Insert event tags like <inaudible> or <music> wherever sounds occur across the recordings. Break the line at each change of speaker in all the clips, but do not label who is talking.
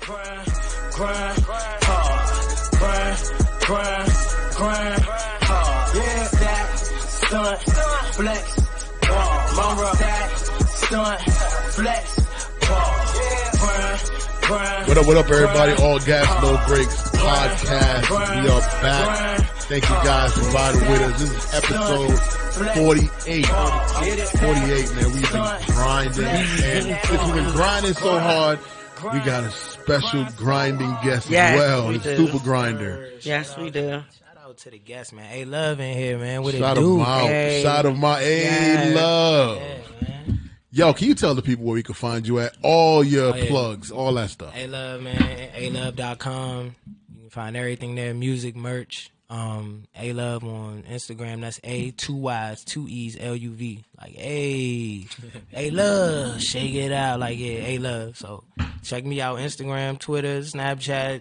grind, grind, hard, grind, grind, grind, hard. Yeah, that stunt, flex, ball. Mama, that stunt, flex, ball. Grind, grind.
What up, what up, everybody? All gas, no breaks podcast. We are back. Thank you guys for riding with us. This is episode 48. 48, man. We've been grinding. And if we've been grinding so hard, we got a special grinding guest
Yes,
as well.
we
It's
do.
Super Grinder.
Yes, we do.
Shout out to the guests, man. Hey, love in here, man. What
Shout
it do?
him out.
hey.
Shout him out. Hey,
Yes.
love.
man. Oh,
Yo, can you tell the people where we can find you at? All your
yeah.
plugs, all that stuff.
Hey, love, man. Alove.com. You can find everything there. Music, merch. Um, A Love on Instagram. That's A two Y's, two E's, L U V. Like, hey, A Love, shake it out. Like, yeah, A Love. So check me out Instagram, Twitter, Snapchat,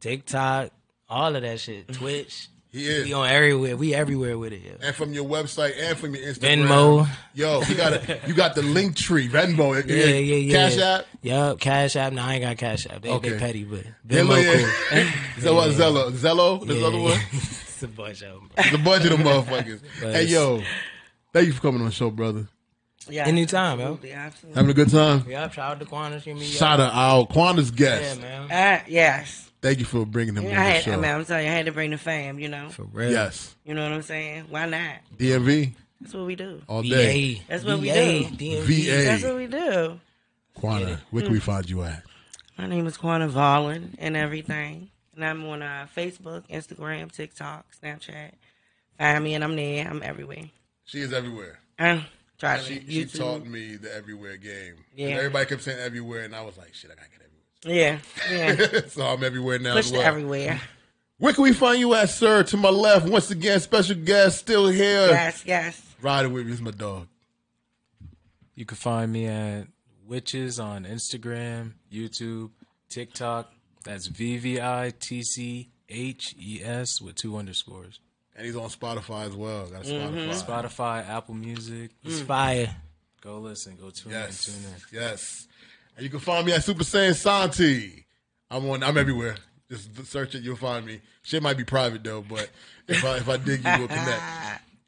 TikTok, all of that shit. Twitch.
He is.
We on everywhere. We everywhere with it. Yeah.
and from your website and from your Instagram.
Venmo.
Yo, you got a, you got the link tree, Venmo.
Yeah, yeah, yeah.
Cash app.
Yup, Cash App. No, I ain't got Cash App. They,
Okay.
they petty, but
Venmo,
Venmo
<laughs>
cool.
yeah. So what, Zello, Zello, this
Yeah,
other one,
yeah. <laughs> it's a bunch of 'em.
the bunch of them
<laughs>
motherfuckers.
But
Hey
it's-
yo, thank you for coming on the show, brother.
Yeah.
Anytime, yo.
absolutely, Absolutely.
Having a good time.
Yup, shout out to Qantas. You me
Shout out Quanda's
Yeah,
guest.
man.
Uh, yes.
Thank you for bringing him
I
on the
had, I
show.
mean, I'm sorry, I had to bring the fam, you know?
For real.
Yes,
You know what I'm saying? Why not?
DMV
That's what we do.
all day.
VA.
That's what we
VA,
do.
DMV.
That's what
VA.
we do.
Quanda, where can we
Hmm.
find you at?
My name is Quanta Vollen and everything. And I'm on uh, Facebook, Instagram, TikTok, Snapchat. Find me and I'm there. I'm everywhere.
She is everywhere.
Uh, try to
She, she
YouTube.
taught me the everywhere game.
Yeah.
Everybody kept saying everywhere, and I was like, shit, I gotta get everywhere.
Yeah.
<laughs>
Yeah.
so I'm everywhere now
Push
as
to
well.
everywhere.
Where can we find you at, sir? To my left, once again, special guest still here.
Yes, yes.
<laughs> Riding with me is my dog.
You can find me at Witches on Instagram, YouTube, TikTok. That's V V I T C H E S with two underscores.
And he's on Spotify as well. Got a Spotify.
Mm-hmm.
Spotify, Apple Music.
It's fire.
Go listen, go tune
Yes.
in, tune in.
Yes. And you can find me at Super Saiyan Santi. I'm on I'm everywhere. Just search it, you'll find me. Shit might be private though, but if I if I dig you, we'll
<laughs>
connect.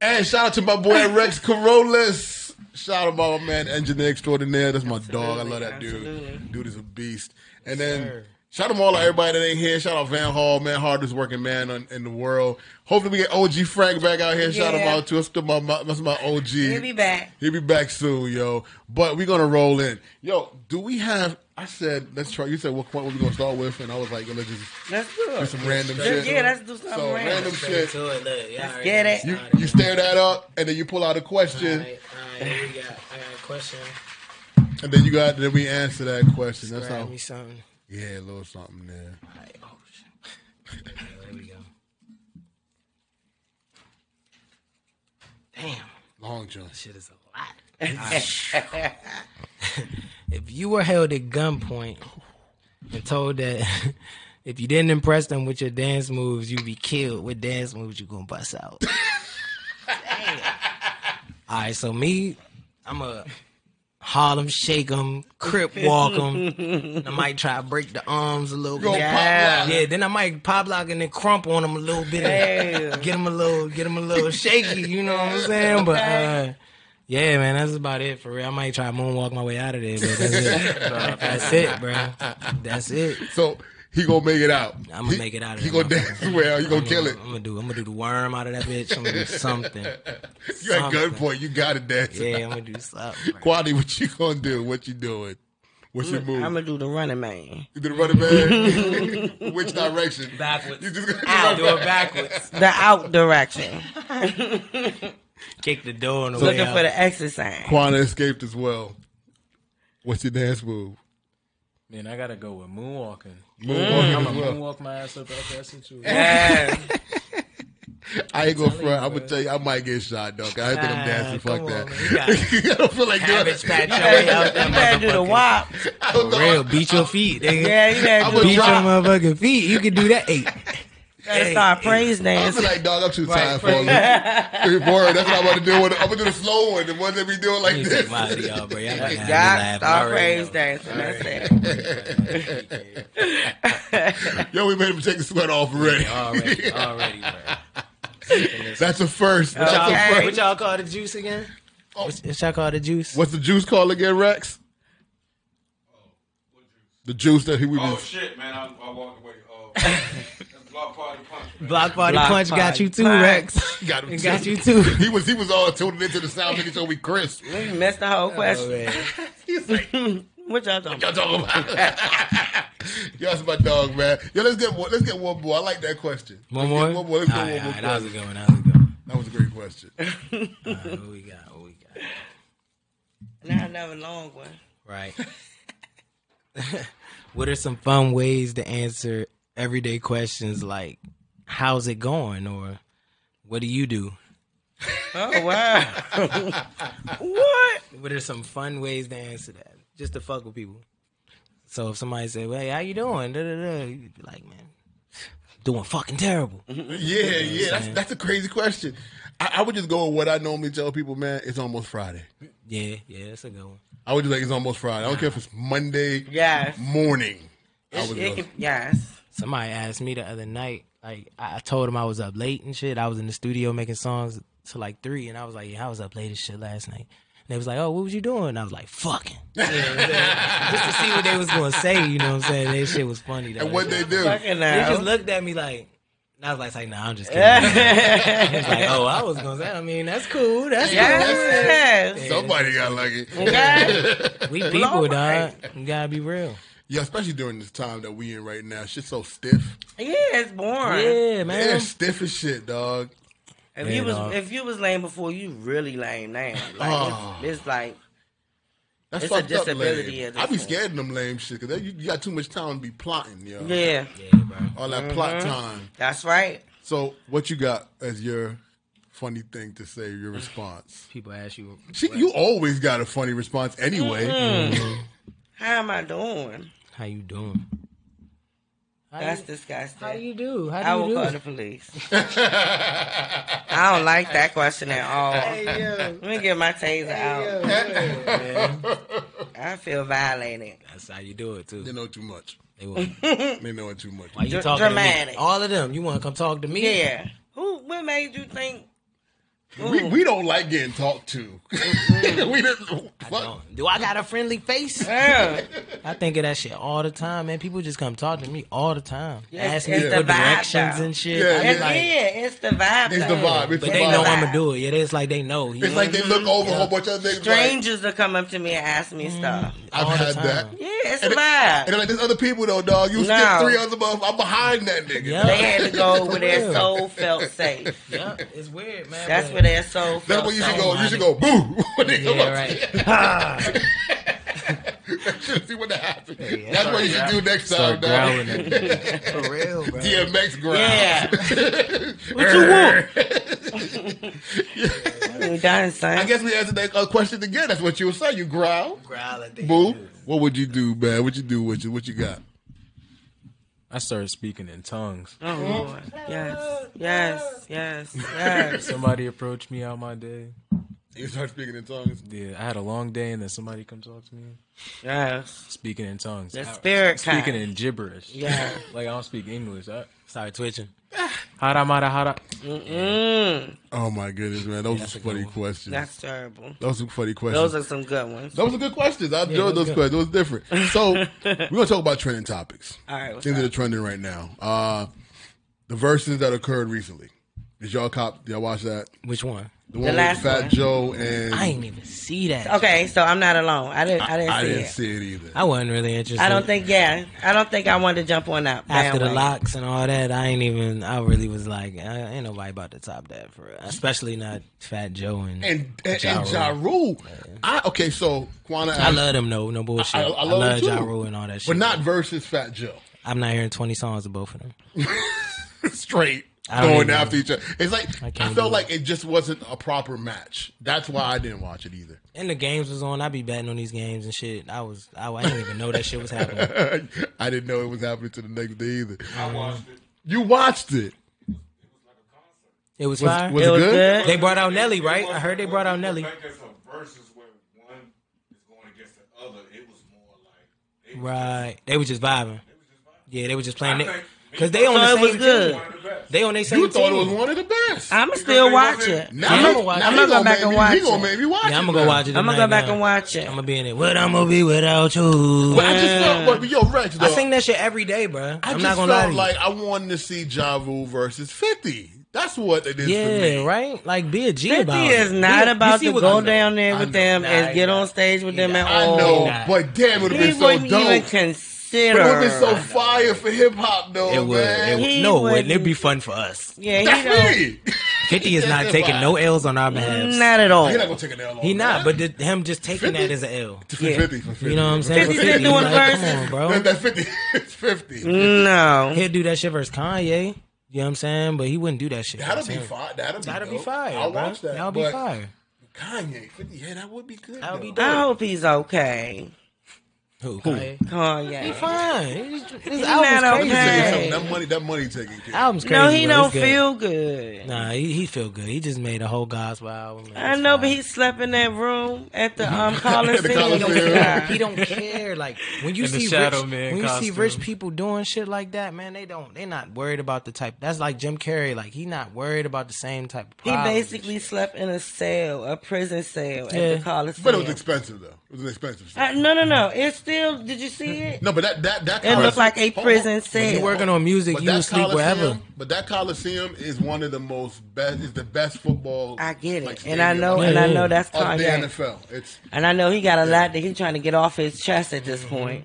And shout out to my boy Rex Carolus. Shout out to my man Engineer Extraordinaire. That's my dog. I love that dude.
absolutely.
Dude is a beast. And then shout out to all everybody that ain't here. Shout out Van Hall, man, hardest working man on, in the world. Hopefully we get OG Frank back out here. Shout him
Yeah.
out to us. That's my, my- that's my OG.
We'll be back.
He'll be back soon, yo. But we're gonna roll in. Yo, do we have I said let's try you said what point were we gonna start with? And I was like, yo, let's just
Let's do it.
do some random
Yeah,
shit.
let's do something
so
random.
random shit.
To it, look. Y'all already
Get it.
know.
You you stare that up and then you pull out a
All
question
right, all right, here we got, I got a question.
and then you got then we answer that question. That's how
Grab me something.
Yeah, a little something there.
All right, oh, shit. There we go. Damn.
Long John.
Shit is a lot. if you were held at gunpoint and told that <laughs> if you didn't impress them with your dance moves, you'd be killed. What dance moves you gonna bust out? All right, so me, I'm a Harlem shake 'em, crip walk 'em. and I might try to break the arms a little
Go
bit.
pop lock.
Yeah, then I might pop lock and then crump on them a little bit.
Damn.
And get them a little, get them a little shaky. You know what I'm saying? But uh, yeah, man, that's about it for real. I might try to moonwalk my way out of there, but that's <laughs> it. that's it, bro. That's it.
So he gonna make it out.
I'ma
He-
make it out of
He
that
gonna dance well, you gonna kill it.
I'm gonna do. I'm gonna do the worm out of that bitch. I'm gonna do something.
You at
something.
gunpoint, you gotta dance.
Yeah, I'm gonna do something. bro.
Quadi, what you gonna do? What you doing? What's your move?
I'm gonna do the running man.
You do the running
<laughs>
man. Which direction?
Backwards.
You just gonna
I'll do it backwards.
The out direction.
Kick the door on the way
Looking
out.
for the exercise.
Quana escaped as well. What's your dance move?
Man, I gotta go with moonwalking.
Mm,
Moonwalking
I'm
as
gonna
well.
moonwalk my ass up out that situation.
<laughs>
Yeah.
I ain't gonna front. I'm gonna tell you, I might get shot, dog. I think I'm
Nah,
dancing.
come
Fuck
on,
that.
man.
<laughs>
You gotta-
I don't feel like doing
Cabbage
it. <laughs>
patch your
You
way out that
better do the
motherfucker.
wop.
I don't know.
Real, beat your feet, nigga.
Yeah, you better
I'm
do
a
the
Beat your
drop.
motherfucking feet. You can do that. Hey,
Gotta start praise
I
dance.
feel like, dog, I'm too tired for a little- Word, that's what I'm about to do. With, I'm gonna do the slow one, the one that we doing like
You
this.
take my idea, y'all,
<laughs>
bro. Y'all about to have me
Gotta
laughing. I
start
already
praise
know.
dancing. That's it.
Yo, we made him take the sweat off already.
<laughs> Already, already, bro.
That's a first. That's a
Okay. Oh.
first.
What y'all call the juice again? What what y'all call the juice?
What's the juice called again, Rex? The juice that he we
Oh
was.
shit, man! I, I walked away. Oh, that's block party punch. Man.
Block Party
Block
Punch got
Party
you too,
Punch.
Rex.
Got him.
It
<laughs>
got
too.
you too. <laughs>
He was he was all tuned into the sound nigga so we crisp.
<laughs> We missed the whole
Oh,
question.
man.
He's like,
What y'all talking
y'all
about?
talking about? <laughs> Yo, that's my dog, man. Yo, let's get one. Let's get one more. I like that question. Let's
One more?
Get one more. Let's get
All right,
one
all
more.
right, that was
question.
a good one. That was a
That was a great
good one. <laughs>
question.
All right, what we got? What we got?
Now another long one.
Right. <laughs> what are some fun ways to answer everyday questions like how's it going or what do you do?
Oh <laughs> wow. what?
What are some fun ways to answer that? Just to fuck with people. So if somebody say, "Well, hey, how you doing?" Da, da, da, you'd be like, "Man, doing fucking terrible."
Yeah, yeah. That's that's a crazy question. I, I would just go with what I normally tell people, man. It's almost Friday.
yeah, yeah, that's a good one.
I would just like it's almost Friday. I don't care if it's Monday
Yes.
morning. I would
It
go,
can- yes.
Somebody asked me the other night, like I I told him I was up late and shit. I was in the studio making songs till like three, and I was like, yeah, I was up late as shit last night. And they was like, oh, what was you doing? And I was
<laughs>
like, fucking. You know what I'm saying? Just to see what they was gonna say, you know what I'm saying? That shit was funny. Though.
and what they do.
Fucking
They
hell.
just
<laughs>
looked at me like, and I was like, like, nah, I'm just kidding.
<laughs>
He was like, oh, I was gonna say, I mean, that's cool. That's cool.
Yes.
Somebody got lucky.
Okay.
We people, dog. You gotta be real.
Yeah, especially during this time that we in right now. Shit's so stiff.
Yeah, it's boring.
Yeah, man.
Man, stiff as shit, dog.
If
Yeah,
you was
dog.
if you was lame before, you really lame now. Like
Oh.
it's, it's like
That's
It's a
fucked up,
disability
lame.
at this
I be
point.
scared of them lame shit because you, you got too much time to be plotting, yo.
yeah,
Yeah, bro.
All that plot time.
that's right.
So, what you got as your funny thing to say? Your response?
People ask you,
She, you always got a funny response anyway.
How am I doing?
how you doing? How
That's
you-
disgusting.
How do you do? How do
I will
you do?
call the
<laughs>
police. I don't like that question at all. Let me get my taser out. I feel violated.
<laughs> That's how you do it
<laughs>
too.
They know too much.
They will-
They know it too much.
why you
Dr-
talking to me?
dramatic.
All of them. You want to come talk to me?
Yeah. Who? What made you think?
We, we don't like getting talked to. <laughs> we didn't. Fuck.
Don't- Do I got a friendly
uh,
face?
Yeah.
I think of that shit all the time, man. People just come talk to me all the time.
Yes,
Ask me
it's the
for
vibe,
directions
though.
and shit.
Yeah,
I be
It's,
like-
yeah, it's the vibe.
It's the
though.
vibe. It's
but
the
they
vibe.
know I'm gonna do it. Yeah, it's like they know. you
It's
know?
like they look
Mm-hmm.
over a whole bunch of other niggas. Like,
Strangers to come up to me and ask me
Mm.
stuff.
all
I've
the
had
time.
that.
Yeah, it's
And
a
it-
vibe.
And they're like, there's other people though, dog. You skip
No.
three other motherfuckers. I'm behind that nigga.
Yeah.
They had to go where their
real.
soul felt safe.
yeah, it's weird, man.
That's
but-
where their soul felt
That's where you
safe.
should go. You should go boo. <laughs> when they come
Yeah,
up. <laughs>
right.
See what that happens. That's what you should do next time, dog.
Start
<laughs>
growling at me.
For real, bro.
DMX ground. <laughs>
Yeah.
what you want?
You done,
<laughs>
son.
I guess we answered that uh, question again. That's what you would say. You growl,
Growl at them.
boo. What would you do, man? What you do? What you what you got?
I started speaking in tongues.
Oh, Lord. Yes. Yes. Yes. Yes.
Somebody approached me out my day.
<laughs> You start speaking in tongues.
Yeah, I had a long day, and then somebody comes talk to me
Yes.
speaking in tongues.
The
I-
spirit kind.
speaking in gibberish.
Yeah.
like I don't speak English. I,
Started twitching.
hara mara hara.
Mm,
Oh my goodness, man! Those are funny questions.
that's terrible.
Those are funny questions.
Those are some good ones.
Those were good questions. I enjoyed those
those
questions. It was different.
<laughs>
So we're gonna talk about trending topics.
All right, what's
Things that
up?
are trending right now. Uh the verses that occurred recently. Did y'all cop did y'all watch that?
Which one?
The one with
last
Fat
one.
Joe and
I ain't even see that.
Okay, so I'm not alone. I didn't. I didn't
I
see
didn't
it.
see it either.
I wasn't really interested.
I don't think. Yeah, I don't think I wanted to jump on that.
after the
bandwagon.
locks and all that, I ain't even. I really was like, I, ain't nobody about to top that for, real. especially not Fat Joe and.
and and,
Ja
and
Rule.
Ja Rule. I okay, so Quana
I love them though, no bullshit.
I-
I,
I love
love,
them, too.
Ja Rule and all that shit.
but not versus Fat Joe.
I'm not hearing 20 songs of both of them.
<laughs> Straight.
I don't
Going
even-
after each other. It's like
I
I,
can't do
felt
it.
like it just wasn't a proper match. That's why I didn't watch it either. <laughs>
And the games was on. I be betting on these games and shit. I was. I, I didn't even know that shit was happening.
I didn't know it was happening to the next day either.
I watched it.
You watched it.
It was
Was,
fire.
was
It
it,
was
good?
good.
they brought out Nelly, right? I heard they brought out Nelly.
Like there's some verses where one is going against the other. It was more like they was
Right. They were just vibing. Yeah, they were just playing
I
it
think-
because they on
So
the
it was
same
good.
team.
one of the best.
They on they same
You thought it
team.
was one of the best.
I'm still
they
watch
wasn't-
it.
now,
I'm
he-
gonna watch
now he
it.
I'm
gonna
gonna go back
make
and
me-
watch
He gonna
it.
make me watch
yeah, I'm
it
gonna go
now.
watch it.
I'm gonna go back and watch it.
I'm gonna be in it. What I'm gonna be without you?
But I just felt, but yo, Rex, though,
I sing that shit every day, bro.
I
I'm
just
not gonna
felt
lie to you.
like I wanted to see Ja Rule versus 50. That's what it is for me.
yeah, right. Like be a G about
Fifty
it.
is not
Be a-
about
you see
to
what-
go down there
I
with
know.
them
Nah,
and
he
get
not.
on stage with
He
them at
not.
I
all.
know,
Nah.
but damn, it would have
He
been so
wouldn't even
dope. It
consider.
would have been so fire for hip hop, though,
It would. It
man.
would.
He
No, it wouldn't. It'd
wouldn't.
be fun for us.
yeah, he
That's
don't.
me. <laughs>
Fifty is not
That's
taking
fine.
no L's on our behalf.
Not at all.
He not gonna take an L. on
He not.
that.
But the, him just taking that as an L.
For
Yeah.
50, for 50.
You know what I'm saying?
50 didn't do
like,
it versus-
Come on, bro.
That, that 50 <laughs> it's 50.
Mm. No.
He'll do that shit versus Kanye. You know what I'm saying? But he wouldn't do that shit.
That'll
versus
be
him.
fire. That'll be,
That'll be
dope.
fire.
I'll
bro.
watch that.
That'll be
but
fire.
Kanye, 50, yeah, that would be good.
That'll be
though.
dope.
I hope he's okay.
Who? Kanye? He
Kanye.
fine. His, his
not
Let me tell you
album's crazy.
okay.
something, That money, that money taking care. of
Album's crazy.
No, he
bro.
don't
It's good.
feel good.
Nah, he, he feel good. He just made a whole gospel album. man.
I
It's
know,
fine.
but he slept in that room at the um
he
Coliseum.
Coliseum.
don't, care. <laughs>
Yeah.
he don't care. Like when you
In the
see
Shadow
rich,
Man
when you see rich
costume.
people doing shit like that, man, they don't. They're not worried about the type. That's like Jim Carrey. Like he not worried about the same type of.
He
Problems.
basically slept in a cell, a prison cell
Yeah.
at the Coliseum.
But it was expensive, though. It was an expensive
Uh,
shit.
no, no, no. It's still. Did you see it?
No, but that, that, that.
It looked
Coliseum-
like a
Hold on.
prison
You
cell.
working on music, you will
that
sleep wherever.
But that Coliseum is one of the most best. Is the best football.
I get
like,
it, and I
stadium
know,
Yeah,
and I
yeah.
know that's
of the
Kanye,
NFL. It's
and I know he got a lot that he's trying to get off his chest at this point.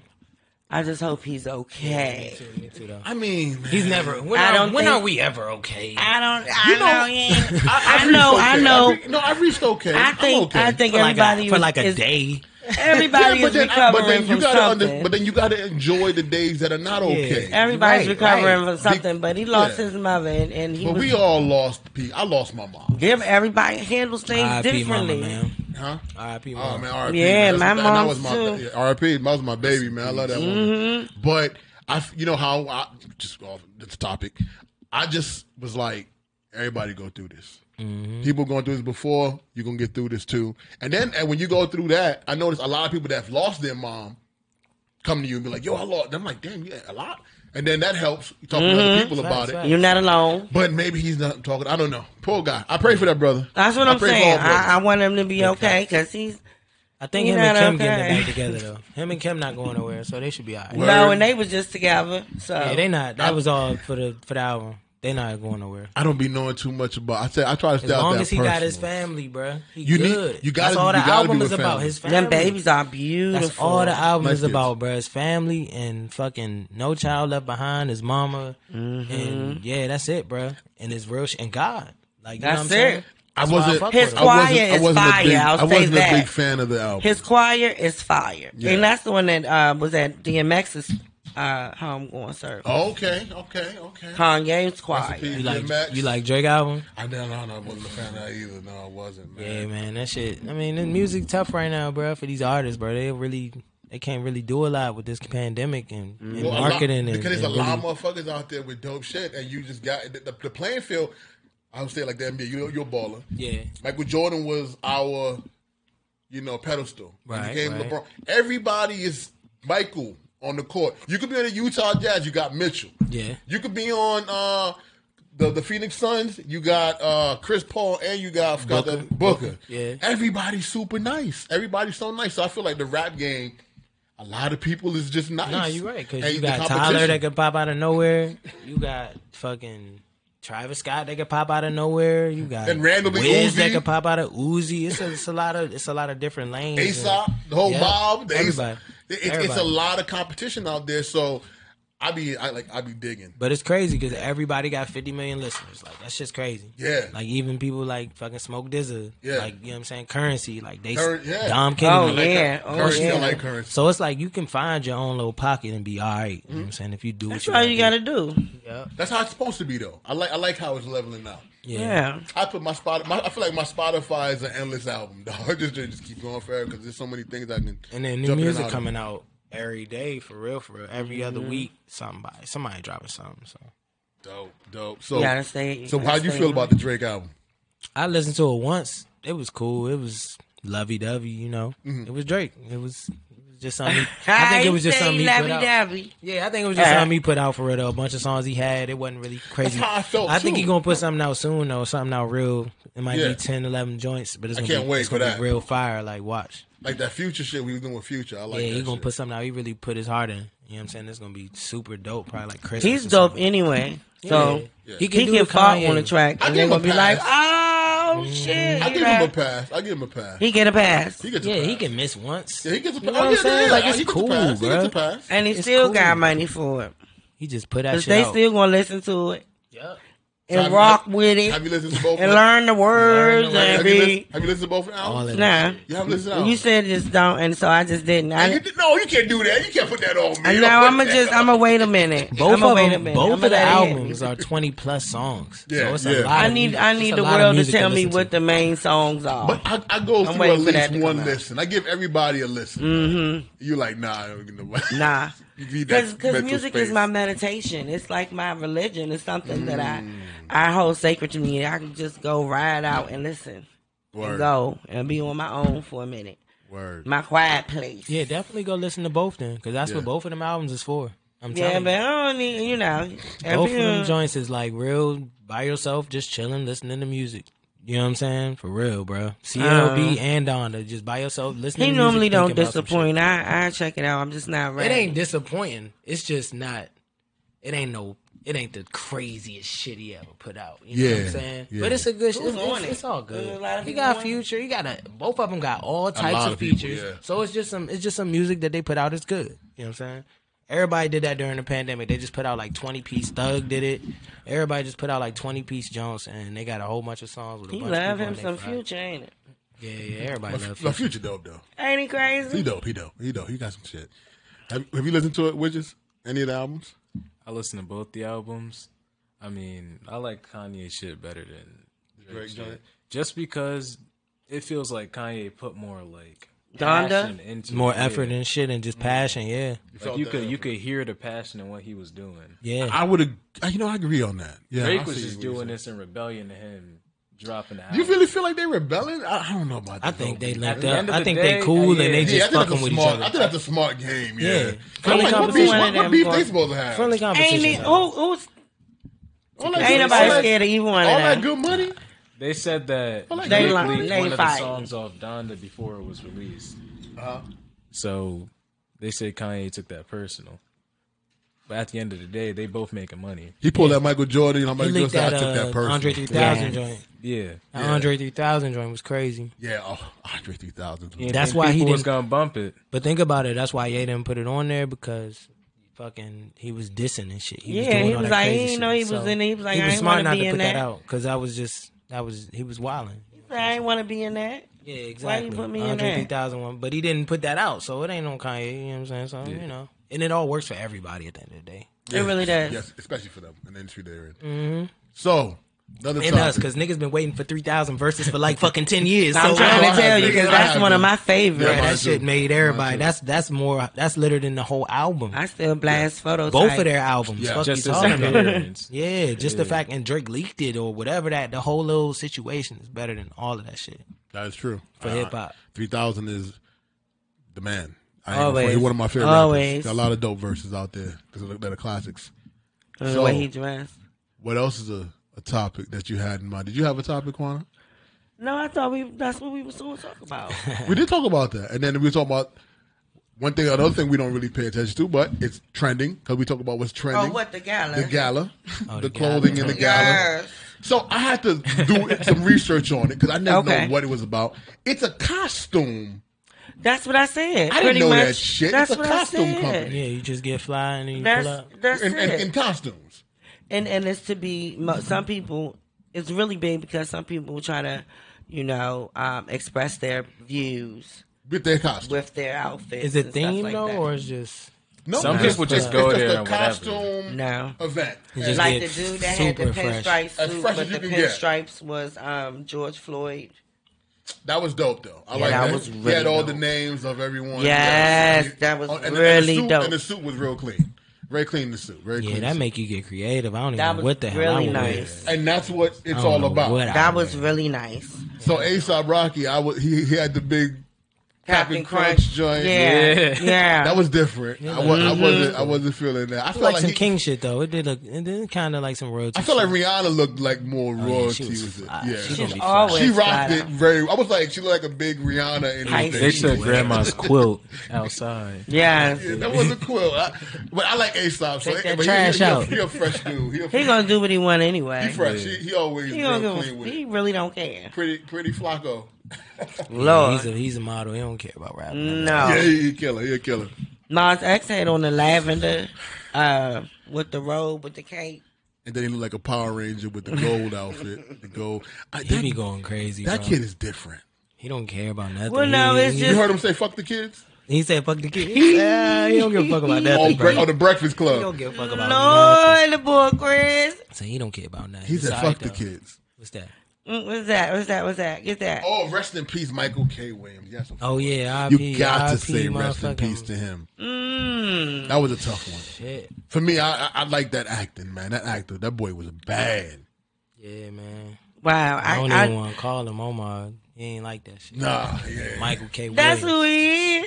I just hope he's okay.
Me too, though.
I mean,
He's never. When,
I
are,
don't
when
think-
are we ever okay?
I don't.
You know-
I know.
<laughs>
he ain't- I
reached
know.
okay.
I know.
re- no, I reached okay.
I
I'm
think.
okay.
I think
for like
everybody
a, for
was-
like a
is-
day.
Everybody
Yeah,
is recovering
you
from
gotta under-
something.
but then you got to enjoy the days that are not okay.
Everybody's
Right,
recovering
right.
from something, but he lost
yeah.
his mother, and, and he
But
was.
we all lost. P. I lost my mom.
Give everybody handles things
R.I.P. Mama,
differently.
man.
Huh?
R.I.P.
Oh
Mama.
man, RIP.
Yeah,
man. That's-
my
that- that
mom
was my,
too. Mm-hmm.
yeah, RIP. That was my baby, man. I love that woman. But I, f- you know how I just off the topic. I just was like, everybody go through this. People going through this before. You're gonna get through this too. And then, and when you go through that, I noticed a lot of people that have lost their mom come to you and be like, "Yo, I lost." I'm like, "Damn, yeah, a lot." And then that helps. You talk to
Mm-hmm.
other people about it.
facts.
You're not alone.
But maybe he's not talking. I don't know. Poor guy. I pray for that brother.
That's what
I
I'm
pray for all
saying.
brothers.
I, I want him to be okay because he's
I think
He
him and
not
Kim getting
okay.
it back together though. Him and Kim not going nowhere, so they should be alright.
Word.
no, and they was just together. So
Oh.
Yeah, they not. That was all for the for the album. They not going nowhere.
I don't be knowing too much about. I say I try to stay
As
out
long
that
as he
personal.
got his family, bro, he
You need-
good.
you gotta-
That's
you
all the
gotta be
album
with
is about.
family.
His family.
them babies are beautiful.
That's all the album
Nice
is
kids.
about, bro. His family and fucking no child left behind. His mama and yeah, that's it, bro. And his real sh- and God. Like you know
Mm-hmm. That's
what I'm saying?
it.
I
why I
wasn't.
fuck
I
His
with
wasn't-
him.
choir
I
is
wasn't
fire.
A big,
I'll
I
say
wasn't
that.
a big fan of the album.
His choir is fire,
Yeah.
and that's the one that uh, was at DMX's uh, homegoing service.
okay, okay, okay.
Kanye's
Oh. Rest in
choir.
peace.
You
Yeah,
like
Max.
you like Drake album?
I no, no, no, I wasn't a fan of that either. No, I wasn't. Man.
Yeah, man, that shit. I mean, the music tough right now, bro. For these artists, bro, they really they can't really do a lot with this pandemic and, and
Well, a lot-
marketing and,
because there's a
and
lot
really-
of motherfuckers out there with dope shit, and you just got the, the, the playing field. I would say like the NBA, you, you're a baller.
yeah.
Michael Jordan was our, you know, pedestal. When
Right,
he came
right.
LeBron. Everybody is Michael on the court. You could be on the Utah Jazz, you got Mitchell.
Yeah.
You could be on uh, the the Phoenix Suns, you got uh, Chris Paul, and you got I forgot the- Booker.
Yeah.
Everybody's super nice. Everybody's so nice. So I feel like the rap game. A lot of people is just nice.
No, you're right. Because
And
you
the
got Tyler
competition.
that could pop out of nowhere. You got fucking Travis Scott that could pop out of nowhere. You got
And randomly
Wiz that
Uzi.
could pop out of Uzi. It's a, it's a lot of it's a lot of different lanes. and-
Aesop, the whole
Yeah.
mob, the
Everybody.
Aesop. It- it's- It's
Everybody.
a lot of competition out there. So I be I like I be digging.
But it's crazy because everybody got 50 million listeners. Like that's just crazy.
Yeah.
Like even people like fucking Smoke Dizza.
Yeah.
Like you know what I'm saying? Currency. Like they
Cur- yeah.
Dom King.
Oh
like
yeah,
cur-
oh
currency, I
yeah.
like currency.
So it's like you can find your own little pocket and be all right, You know what I'm saying? If you do
Mm-hmm. That's all
what
you
you,
gotta do.
That's how it's supposed to be, though. I like I like how it's leveling out.
do.
Yeah.
I put my spot. My, I feel like my Spotify is an endless album, <laughs> dog. just just keep going forever because there's so many things I can.
And then new
jump in
music
out of.
coming out every day for real, for real. Every other week, somebody somebody dropping something. So
Dope, dope. So,
you gotta stay.
so how
gotta
do you
stay
feel
in
about the
line.
Drake album?
I listened to it once. It was cool. It was lovey dovey, you know.
Mm-hmm.
It was Drake. It was, it was just
<laughs>
something. he- I think it was just
say
something he put out.
lovey-dovey.
Yeah, I think it was just
Yeah.
something he put out for real. Though. A bunch of songs he had. It wasn't
<laughs>
really crazy.
That's how I felt,
think
too.
he gonna put something out soon though. Something out real. It might
Yeah.
be 10, 11 joints, but it's
I
gonna
can't
be,
wait
it's
for
gonna be
that.
real fire. Like watch.
Like that future shit we was doing with Future. I like
yeah,
that.
he gonna
shit.
put something out. He really put his heart in. You know what I'm saying? It's gonna be super dope. Probably like Christmas.
He's
or
dope
something.
anyway.
Yeah.
So
Yeah.
he
he
do
can
the
fart
Kanye.
on the track,
I give
and they're
him a
gonna be like,
pass.
"Oh shit!"
I
he
give
rap."
him a pass. I give him a pass.
He get a pass,
He gets a
Yeah,
pass.
he can miss once.
Yeah, he gets a pass.
oh,
You know what I'm saying? Like, it's
he gets a
cool,
pass. He gets a
bruh.
pass.
and he
It's
still
cool.
got money for it.
He just put that
Cause
shit
they
out.
still gonna listen to it
Yup.
and
Have you-
rock with it
Have you listened to both?
and
of them?
learn the words
Learn the
Have
and
you,
be.
listened, have you listened to both of them?
All of that.
Nah,
You haven't listened to
you
albums?
said just don't, and so I just didn't.
And you
I,
did- no, you can't do that. You can't put that on me.
I
You
know
don't put
I'm gonna
that
just
on-
I'm gonna wait a minute.
Both
I'ma
of
wait a
them,
minute.
both
I'ma
of the
let it hit
albums
me.
are twenty plus songs.
Yeah,
so it's
yeah.
a lot.
I
of
need
music-
I
it's
need
a
the
lot of
world to
music
tell me
listen
what
to.
the main songs are.
But I, I go through
waiting
at
for
least
that to
one
come out.
listen. I give everybody a listen.
mm-hmm.
You like nah? I don't get no
Nah.
<laughs> You need that
Because because
mental
music
space.
is my meditation. It's like my religion. It's something that I
Mm.
I hold sacred to me. I can just go ride out and listen and
word.
go and be on my own for a minute.
Word.
My quiet place.
Yeah, definitely go listen to both then, because that's
Yeah.
what both of them albums is for. I'm
Yeah,
telling
but
you,
I don't need you know.
both of them
every- uh,
joints is like real by yourself, just chilling, listening to music. You know what I'm saying? For real, bro. CLB and Donda, just by yourself listening.
Uh, He
to music,
normally don't
thinking about some
disappoint. I I check it out. I'm just not
shit.
ready.
It ain't disappointing. It's just not. It ain't no. It ain't the craziest shit he ever put out. You know what
Yeah,
I'm saying?
yeah.
But it's a good. shit.
Who's
It's,
on
it's,
it?
it's all
There's
good.
a lot of
He
people
got
on it.
future. He got a. Both of them got all types
lot
of,
of people,
features.
yeah.
So it's just some. It's just some music that they put out is good. You know what I'm saying? Everybody did that during the pandemic. They just put out like 20 piece. Thug did it. Everybody just put out like 20 piece Jones, and they got a whole bunch of songs with a
He
bunch
love
of people
him
on
some
they side.
future, ain't it?
Yeah,
<laughs>
yeah. Everybody
My,
loves
my future
future.
dope though.
Ain't he
He
crazy?
dope. He dope. He dope. He got some shit. Have, have you listened to it, Widgets? Any of the albums?
I listen to both the albums. I mean, I like Kanye shit better than
Drake
Drake
joint?
shit. Just because it feels like Kanye put more like
Donda?
passion into
More
it.
effort
Yeah.
and shit, and just passion. Yeah,
Like you could you could hear the passion in what he was doing.
yeah.
I would. You know, I agree on that. Yeah, I
Drake was
see
just
what you're
doing
saying.
this in rebellion to him dropping the album.
You really feel like they rebelling? I, I don't know about that.
I think they
At
linked
the
up.
end of
I
the
think
day,
they cool
yeah.
and they
Yeah,
just
Yeah, I think that's
fucking
a
with each
smart.
other.
I think that's a smart game.
Yeah.
Yeah. I'm
Friendly
like, what beef,
competition.
what, what beef they supposed to have?
Friendly
Ain't
conversation.
he? Who, who's
All that
Ain't
good-
nobody
all that-
scared of either one
All
of
that
them.
good money.
They said that
Well, like,
Drake
they
leaked
lying,
one
they
of the
fighting.
songs off Donda before it was released.
Uh-huh.
So they say Kanye took that personal. But at the end of the day, they both making money.
He pulled that Michael Jordan. I'm
He
like,
leaked that,
I took that
uh,
person.
Andre 3000
Yeah.
joint.
Yeah.
That Andre 3000 joint was crazy.
yeah, oh, Andre 3000.
You didn't
That's
think
why he
people was
didn't-
gonna bump it.
But think about it. That's why Ye didn't put it on there because fucking he was dissing and shit. He was
Yeah,
doing
he
all
was
that
like,
crazy
he didn't
shit.
know he was
So
in it. He was like, I ain't
smart
wanna
not
be
to
in
put
that.
out because that was just that was he was wilding.
I ain't want to be in that.
Yeah,
Why you
exactly.
put me in
Andre
that?
3000 one, but he didn't put that out, so it ain't on Kanye. You know what I'm saying? So you know, and it all works for everybody at the end of the day.
It really does. Mm-hmm.
Yes, especially for them in the industry they're in. So another
And
topic.
us, because niggas been waiting for 3,000 verses for like <laughs> fucking 10 years.
I'm
so
trying
I
to tell
have
you
it.
because
I
that's
have
one
it.
of my
Yeah, mine
Bro,
favorites.
that shit
too.
made everybody. That's that's more. That's litter than the whole album.
I still blast photos.
Both of their albums.
Yeah.
Fuck
Just
you
as
talking about.
experience.
Yeah, just the fact and Drake leaked it or whatever that the whole little situation is better than all of that shit
that is true. Uh,
for hip hop.
Three thousand is the man. I ain't gonna
Always.
front, He's one of my favorite.
Always.
Rappers. Got a lot of dope verses out there because they're the classics.
The
So-
way he dressed.
What else is a, a topic that you had in mind? Did you have a topic, Quana?
No, I thought we. That's what we was going to
<laughs>
talk about.
we did talk about that, and then we were talking about one thing, another thing we don't really pay attention to, but it's trending because we talk about what's trending.
oh, what the gala?
The gala, the,
Oh,
the
clothing in
gala.
the gala. So I had to do some research on it because I didn't
Okay.
know what it was about. It's a costume.
That's what I said.
I didn't
Pretty
know
much.
that shit.
That's
It's a
what
costume
I said.
company.
Yeah, you just get fly and then you pull
That's
up.
that's
In, in,
it.
in costumes.
and and it's to be mo- some people it's really big because some people try to you know um express their views
With their costume.
with their outfits
Is it
and stuff
themed
like
though,
that.
or is just
no,
Some
it's
people
a-
just go
it's
there
a
and whatever.
costume
no
event.
It's
And
just
like the
get
dude that had the
super fresh.
pinstripe
As
suit
fresh
but
as you
the
can get.
pinstripes was um george floyd
that was dope though. I like
that
that.
was
He
really
had all the
dope.
names of everyone.
Yes,
Yeah.
that was
and the- and the
really
suit-
dope.
And the suit was real clean. Very clean the suit. Very
Yeah,
clean.
that
suit.
make you get creative. I don't
That
even
was
know what the hell
really
I wear.
nice.
and that's what
I
it's
don't
all
know
about.
what I
That was
wear.
really nice.
So ASAP Rocky, I was he, he had the big Captain Crunch joint.
Yeah.
Yeah.
<laughs>
Yeah. Mm-hmm.
that was different. I, was, I wasn't I wasn't feeling that. I
It
felt
was like,
like,
some
he-
king shit though. It did look. It did kind of like some royalty.
I felt like
shit.
Rihanna looked like more
Oh, yeah, she
royalty
was
with it.
fly.
Yeah.
She
She,
was-
She's
Be
always
rocked
fly.
it very I was like she looked like a big Rihanna in her
Pisces.
They
thing.
took <laughs> grandma's quilt outside.
Yes.
Yeah, that was a quill. I, but I like Aesop. So
Take that
but
trash
he, he,
out.
He, a fresh dude. He, a,
He gonna do what he want
he
anyway.
fresh. He, he always
He,
real
don't
clean
give
with
a, he
it.
really don't care.
Pretty, pretty Flacco.
Lord.
He's a he's a model. He don't care about rapping.
No.
Yeah, he, he a killer. He a killer.
Nas X had on the lavender, uh, with the robe, with the cape.
And then he looked like a Power Ranger with <laughs> the gold outfit. The gold. I,
He be
that,
going crazy.
that
bro.
kid is different.
He don't care about nothing.
Well, no,
He-
it's
he-
You
just-
heard him say "fuck the kids"
he said fuck the kid. yeah, he don't give a fuck about
on,
nothing.
bre-
Bro.
on the Breakfast
He don't
Club.
give a fuck about nothing.
Lord, the boy Chris.
So he don't care about nothing.
He said
It's
"fuck
all
the
right, though.
kids."
What's that?
Mm, What's that? What's that? What's that? Get that.
Oh, rest in peace, Michael K. Williams. Yes, of
Oh yeah,
you
RIP,
got to
RIP,
say rest in
motherfucking-
peace to him.
Mm.
That was a tough one
Shit.
for me. I, I, I like that acting, man. That actor, that boy was bad.
Yeah, man.
Wow.
I,
I,
don't
I-
even want to call him Omar. He ain't like that shit.
Nah, yeah.
Michael K.
that's
Williams.